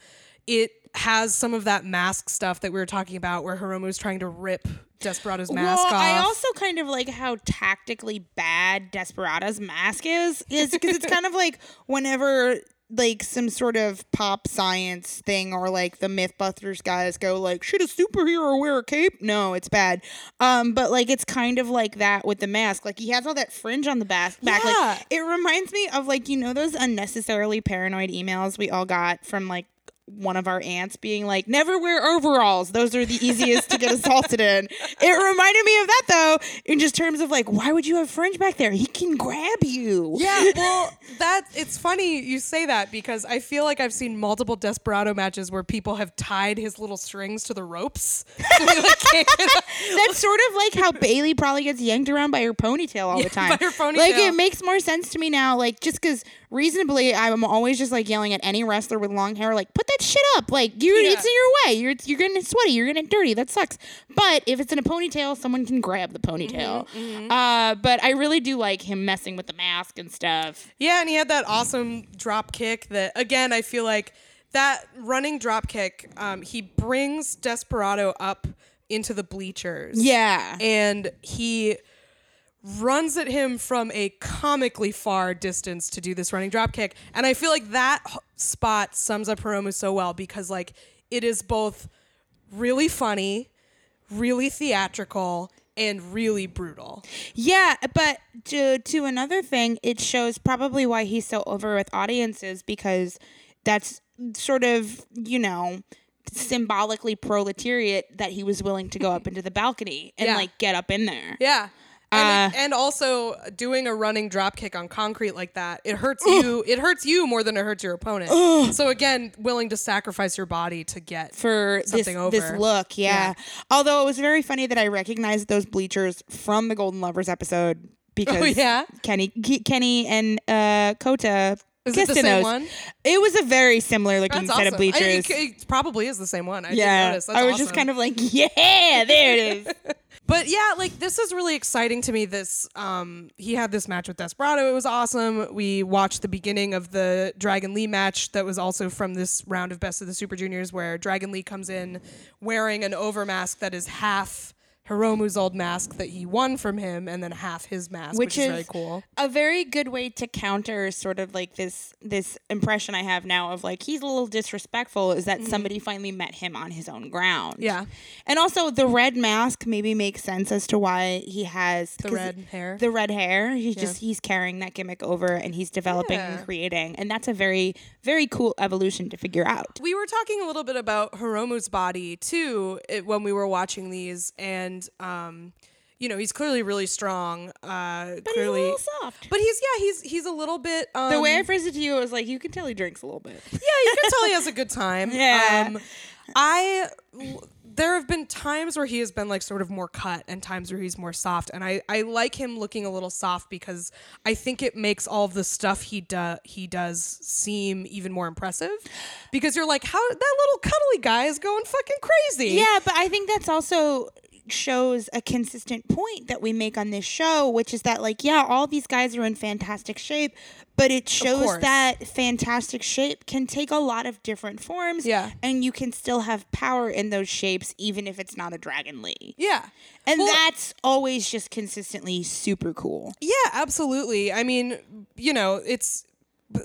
A: it has some of that mask stuff that we were talking about where Hiromu is trying to rip Desperado's mask off.
B: well, I also kind of like how tactically bad Desperado's mask is, is because it's kind of like whenever like some sort of pop science thing or like the Mythbusters guys go like, should a superhero wear a cape? No, it's bad. Um, but like it's kind of like that with the mask. Like he has all that fringe on the back. back.
A: Yeah.
B: Like it reminds me of like you know those unnecessarily paranoid emails we all got from like one of our aunts being like never wear overalls those are the easiest to get assaulted in it reminded me of that though in just terms of like why would you have fringe back there he can grab you
A: Yeah, well, that it's funny you say that because I feel like I've seen multiple desperado matches where people have tied his little strings to the ropes. So he, like, can't get up.
B: that's sort of like how bailey probably gets yanked around by her ponytail all the time
A: by her ponytail.
B: like it makes more sense to me now like just because reasonably i'm always just like yelling at any wrestler with long hair like put that shit up like you
A: Yeah.
B: it's in your way you're you're getting sweaty you're getting dirty that sucks but if it's in a ponytail someone can grab the ponytail
A: Mm-hmm,
B: uh but i really do like him messing with the mask and stuff
A: yeah, and he had that awesome drop kick that again I feel like that running drop kick. Um, he brings desperado up into the bleachers.
B: yeah
A: and he runs at him from a comically far distance to do this running drop kick. And I feel like that h- spot sums up Hiromu so well because like it is both really funny, really theatrical, and really brutal.
B: Yeah, but to to another thing, it shows probably why he's so over with audiences because that's sort of, you know, symbolically proletariat that he was willing to go up into the balcony and
A: Yeah.
B: like get up in there.
A: Yeah. And, it- and also doing a running drop kick on concrete like that, it hurts you. It hurts you more than it hurts your opponent. So again, willing to sacrifice your body to get
B: For this,
A: Something
B: this
A: over.
B: look, yeah. Although it was very funny that I recognized those bleachers from the Golden Lovers episode because
A: Oh, yeah?
B: Kenny, Ke- Kenny and uh, Kota
A: Is it
B: kissed
A: the
B: in
A: same
B: those.
A: one?
B: It was a very similar looking
A: That's
B: set
A: awesome.
B: of bleachers.
A: I- it, it probably is the same one. I didn't
B: Yeah,
A: notice. That's
B: I was
A: awesome.
B: just kind of like, yeah, there it is.
A: But yeah, like this is really exciting to me. This um he had this match with Desperado. It was awesome. We watched the beginning of the Dragon Lee match that was also from this round of Best of the Super Juniors where Dragon Lee comes in wearing an overmask that is half Hiromu's old mask that he won from him and then half his mask, which, is, really cool.
B: a very good way to counter sort of like this this impression I have now of like he's a little disrespectful. Is that somebody finally met him on his own ground?
A: Mm-hmm. Yeah.
B: and also the red mask maybe makes sense as to why he has the
A: red hair.
B: The red hair. He's just he's carrying that gimmick over, and he's developing
A: Yeah.
B: and creating, and that's a very very cool evolution to figure out.
A: We were talking a little bit about Hiromu's body too it, when we were watching these, and um, you know he's clearly really strong. Uh,
B: But he's a
A: clearly,
B: little soft.
A: but he's yeah he's he's a little bit. Um,
B: The way I phrased it to you was like you can tell he drinks a little bit.
A: yeah, you can tell he has a good time.
B: Yeah.
A: Um, I there have been times where he has been like sort of more cut and times where he's more soft, and I I like him looking a little soft because I think it makes all of the stuff he does he does seem even more impressive because you're like how that little cuddly guy is going fucking crazy.
B: Yeah, but I think that's also shows a consistent point that we make on this show, which is that like yeah, all these guys are in fantastic shape, but it shows
A: course.
B: that fantastic shape can take a lot of different forms.
A: Yeah.
B: and you can still have power in those shapes, even if it's not a dragon lady.
A: Yeah.
B: And
A: Well-
B: that's always just consistently super cool.
A: Yeah, absolutely. I mean, you know, it's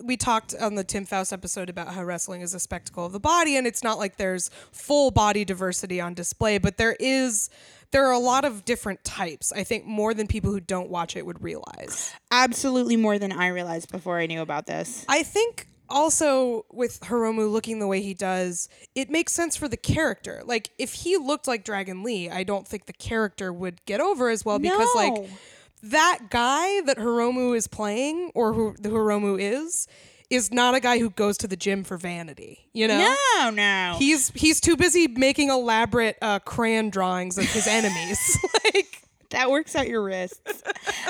A: we talked on the Tim Faust episode about how wrestling is a spectacle of the body and it's not like there's full body diversity on display, but there is there are a lot of different types. I think more than people who don't watch it would realize.
B: Absolutely more than I realized before I knew about this.
A: I think also with Hiromu looking the way he does, it makes sense for the character. Like if he looked like Dragon Lee, I don't think the character would get over as well because
B: No.
A: like that guy that Hiromu is playing or who the Hiromu is is not a guy who goes to the gym for vanity, you know?
B: No, no.
A: He's he's too busy making elaborate uh, crayon drawings of his enemies. like
B: that works out your wrists.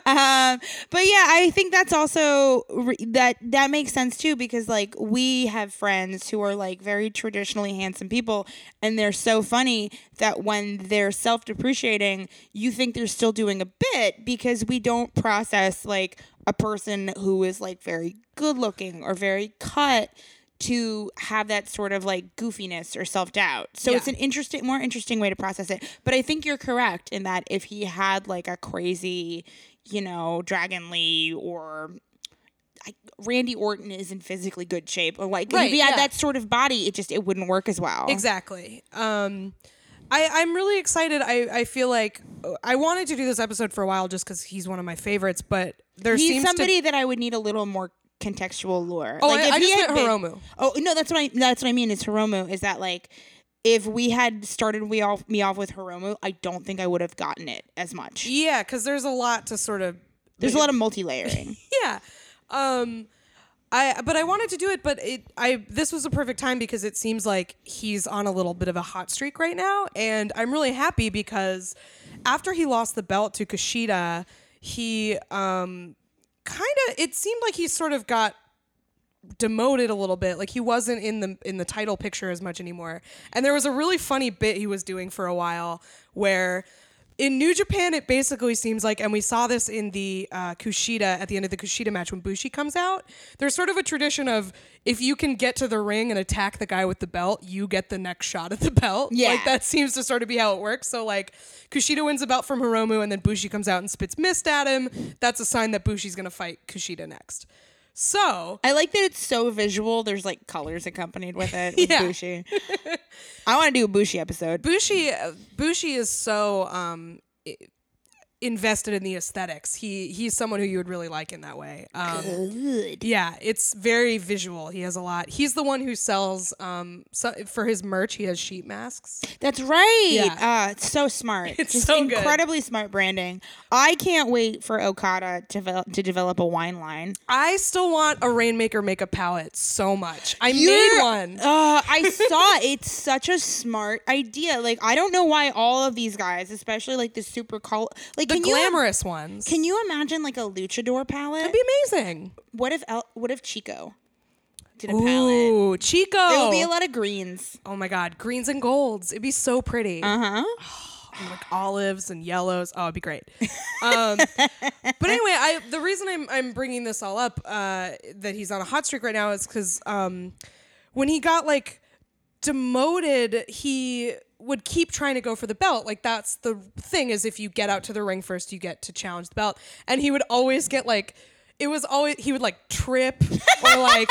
B: um, but yeah, I think that's also re- that that makes sense too because like we have friends who are like very traditionally handsome people, and they're so funny that when they're self depreciating, you think they're still doing a bit because we don't process like a person who is like very good looking or very cut to have that sort of like goofiness or self doubt. So it's
A: Yeah.
B: an interesting, more interesting way to process it. But I think you're correct in that if he had like a crazy, you know, Dragon Lee or I, Randy Orton is in physically good shape, or like
A: Right,
B: if he had
A: yeah.
B: that sort of body, it just it wouldn't work as well.
A: Exactly. Um, I, I'm really excited. I, I feel like uh, I wanted to do this episode for a while just because he's one of my favorites, but there
B: He's
A: seems
B: somebody
A: to
B: that I would need a little more contextual lore.
A: Oh, I- I
B: he
A: just
B: had
A: meant
B: been-
A: Hiromu.
B: Oh no, that's what I that's what I mean is Hiromu is that like if we had started we off me off with Hiromu, I don't think I would have gotten it as much.
A: yeah, because there's a lot to sort of
B: There's a lot of multi layering.
A: yeah. Um, I but I wanted to do it, but it I this was a perfect time because it seems like he's on a little bit of a hot streak right now, and I'm really happy because after he lost the belt to Kushida, he um kind of it seemed like he sort of got demoted a little bit like he wasn't in the in the title picture as much anymore and there was a really funny bit he was doing for a while where in new japan it basically seems like and we saw this in the uh, kushida at the end of the kushida match when bushi comes out there's sort of a tradition of if you can get to the ring and attack the guy with the belt you get the next shot at the belt
B: Yeah.
A: like that seems to sort of be how it works so like kushida wins the belt from hiromu and then bushi comes out and spits mist at him that's a sign that bushi's going to fight kushida next so
B: I like that it's so visual. There's like colors accompanied with it. With
A: Yeah.
B: Bushi. I want to do a Bushi episode.
A: Bushi Bushi is so um i- invested in the aesthetics. He he's someone who you would really like in that way. Um,
B: Good.
A: yeah, it's very visual. He has a lot. He's the one who sells um so, for his merch. He has sheet masks.
B: That's right.
A: Yeah.
B: Uh, it's so smart.
A: It's
B: Just
A: so good.
B: incredibly smart branding. I can't wait for Okada to develop, to develop a wine line.
A: I still want a Rainmaker makeup palette so much. I made
B: You're-
A: one.
B: Uh, I saw it. it's such a smart idea. Like I don't know why all of these guys, especially like the super col like
A: the
B: can you
A: glamorous ones.
B: can you imagine like a luchador palette?
A: It'd be amazing.
B: what if El- what if Chico did a palette?
A: Ooh, Chico.
B: There will be a lot of greens.
A: oh my god, greens and golds. It'd be so pretty.
B: Uh huh.
A: and, like olives and yellows. Oh, it'd be great. Um, but anyway, I the reason I'm I'm bringing this all up uh, that he's on a hot streak right now is because um, when he got like demoted, he would keep trying to go for the belt. Like that's the thing is if you get out to the ring first, you get to challenge the belt, and he would always get like. It was always he would like trip or like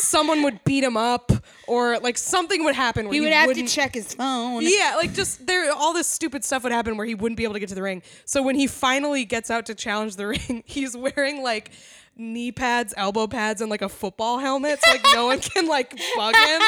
A: someone would beat him up or like something would happen. Where
B: He would have to
A: wouldn't-
B: check his phone.
A: yeah, like just there, all this stupid stuff would happen where he wouldn't be able to get to the ring. So when he finally gets out to challenge the ring, he's wearing like knee pads, elbow pads, and like a football helmet. So like no one can like bug him.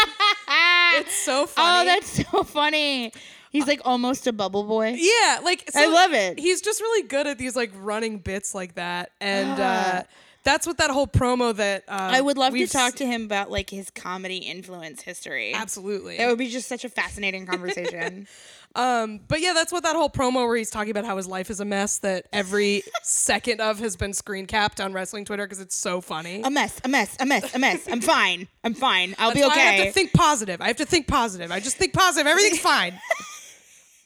A: It's so funny.
B: Oh, that's so funny. He's like almost a bubble boy.
A: yeah, like so
B: I love it.
A: He's just really good at these like running bits like that, and uh, that's what that whole promo that uh,
B: I would love to
A: we've
B: talk
A: s-
B: to him about like his comedy influence history.
A: Absolutely.
B: That would be just such a fascinating conversation.
A: Um, but yeah, that's what that whole promo where he's talking about how his life is a mess that every second of has been screen capped on wrestling Twitter because it's so funny.
B: a mess, a mess, a mess, a mess. I'm fine. I'm fine. I'll Um, be
A: So I have
B: okay.
A: to think positive. I have to think positive. I just think positive. Everything's fine.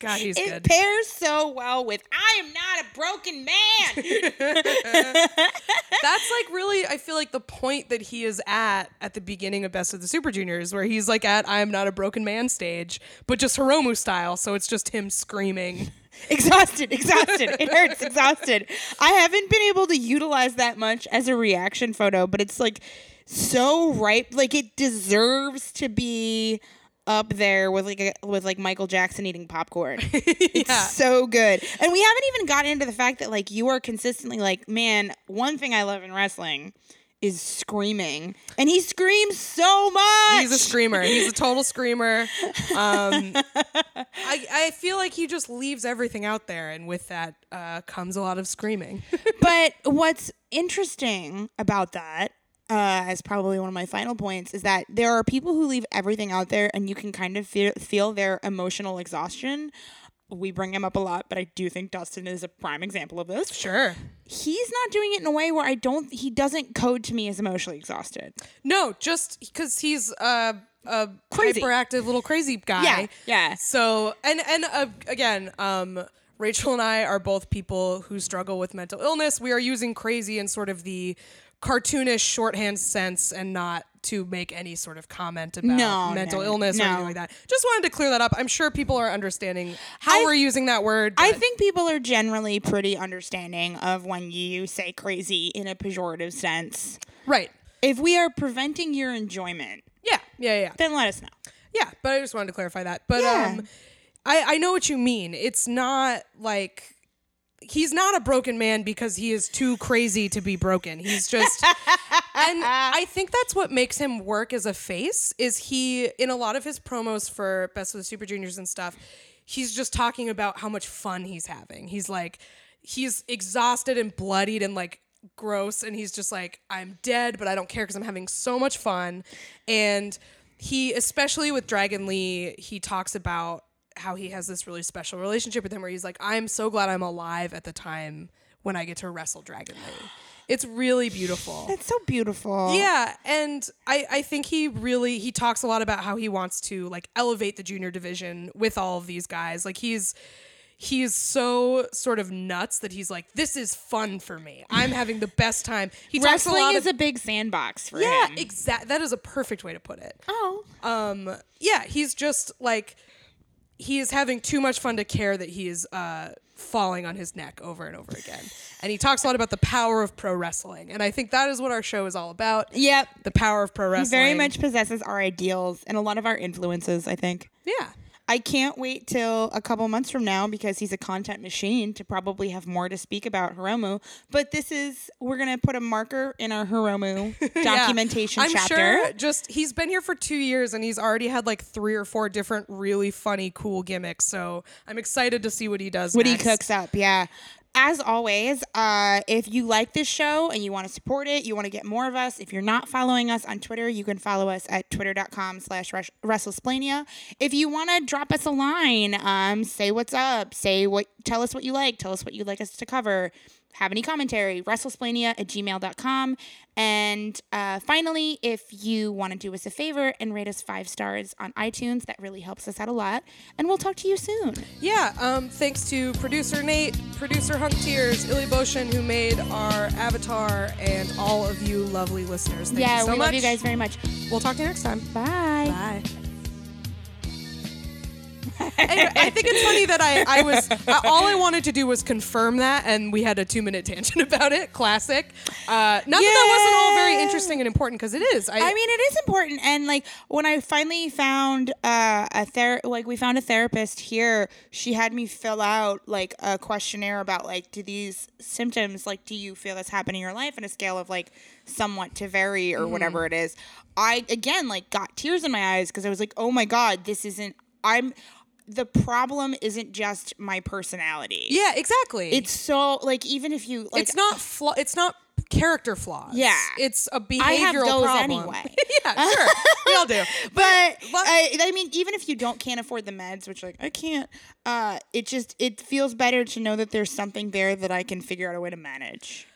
A: God, he's
B: it
A: good.
B: pairs so well with I am not a broken man.
A: That's like really, I feel like the point that he is at at the beginning of Best of the Super Juniors, where he's like at I am not a broken man stage, but just Hiromu style. So it's just him screaming.
B: exhausted, exhausted. It hurts, exhausted. I haven't been able to utilize that much as a reaction photo, but it's like so ripe. Like it deserves to be up there with like a, with like Michael Jackson eating popcorn.
A: yeah.
B: so good. And we haven't even gotten into the fact that like you are consistently like, man, one thing I love in wrestling is screaming. And he screams so much.
A: He's a screamer. He's a total screamer. Um, I, I feel like he just leaves everything out there, and with that uh, comes a lot of screaming.
B: but what's interesting about that uh, as probably one of my final points is that there are people who leave everything out there and you can kind of feel, feel their emotional exhaustion we bring him up a lot but i do think dustin is a prime example of this
A: sure.
B: he's not doing it in a way where i don't he doesn't code to me as emotionally exhausted
A: No, just because he's a, a
B: Crazy.
A: hyperactive little crazy guy.
B: Yeah, yeah.
A: So and and uh, again, um, Rachel and I are both people who struggle with mental illness. We are using crazy in sort of the cartoonish shorthand sense and not to make any sort of comment about
B: No,
A: mental
B: no,
A: illness or
B: no.
A: anything like that. Just wanted to clear that up. I'm sure people are understanding how
B: I-
A: we're using that word.
B: I
A: but-
B: think people are generally pretty understanding of when you say crazy in a pejorative sense.
A: right.
B: If we are preventing your enjoyment,
A: Yeah. Yeah. Yeah.
B: then let us know.
A: Yeah, but I just wanted to clarify that. But
B: Yeah.
A: um I, I know what you mean. It's not like he's not a broken man because he is too crazy to be broken. He's just and I think that's what makes him work as a face is he in a lot of his promos for Best of the Super Juniors and stuff, he's just talking about how much fun he's having. He's like he's exhausted and bloodied and like gross and he's just like I'm dead but I don't care cuz I'm having so much fun and he especially with Dragon Lee, he talks about how he has this really special relationship with him where he's like, I'm so glad I'm alive at the time when I get to wrestle Dragon Lee. It's really beautiful.
B: That's so beautiful.
A: Yeah, and I, I think he really he talks a lot about how he wants to like elevate the junior division with all of these guys. Like he's he's so sort of nuts that he's like, This is fun for me. I'm having the best time. He talks a
B: Wrestling
A: lot
B: is
A: of
B: a big sandbox for
A: Yeah,
B: him.
A: exact that is a perfect way to put it.
B: oh.
A: Um, yeah, he's just like he is having too much fun to care that he is uh, falling on his neck over and over again. And he talks a lot about the power of pro wrestling, and I think that is what our show is all about.
B: Yep.
A: the power of pro
B: He
A: wrestling.
B: very much possesses our ideals and a lot of our influences, I think.
A: yeah.
B: I can't wait till a couple months from now because he's a content machine to probably have more to speak about Hiromu. But this is, we're going to put a marker in our Hiromu
A: Yeah.
B: documentation
A: I'm
B: chapter.
A: sure just he's been here for two years and he's already had like three or four different really funny, cool gimmicks. So I'm excited to see what he does.
B: what
A: next.
B: he cooks up yeah as always uh, if you like this show and you want to support it you want to get more of us if you're not following us on twitter you can follow us at twitter.com slash rush- wrestlesplania if you want to drop us a line um, say what's up say what tell us what you like tell us what you'd like us to cover have any commentary wrestlesplania at gmail.com and uh, finally if you want to do us a favor and rate us five stars on itunes that really helps us out a lot and we'll talk to you soon
A: Yeah, um, thanks to producer Nate, producer Hunk Tears, Illy Boshin, who made our avatar, and all of you lovely listeners. Thank
B: yeah,
A: you so
B: we
A: much.
B: love you guys very much.
A: We'll talk to you next time.
B: Bye.
A: Bye. Anyway, I think it's funny that I, I was I, all I wanted to do was confirm that, and we had a two minute tangent about it. Classic. Uh, not that that wasn't all very
B: Yeah.
A: interesting and important because it is. I,
B: I mean, it is important, and like when I finally found uh, a ther, like we found a therapist here. She had me fill out like a questionnaire about like, do these symptoms, like, do you feel this happen in your life, in a scale of like somewhat to very or whatever it is. I again like got tears in my eyes because I was like, oh my god, this isn't. I'm. The problem isn't just my personality.
A: yeah, exactly.
B: It's so like even if you like
A: it's not flaw. It's not character flaws.
B: Yeah.
A: it's a behavioral
B: I have those
A: problem.
B: anyway.
A: yeah, sure, we all do.
B: but
A: but-
B: I, I mean, even if you don't can't afford the meds, which like I can't, uh, it just it feels better to know that there's something there that I can figure out a way to manage.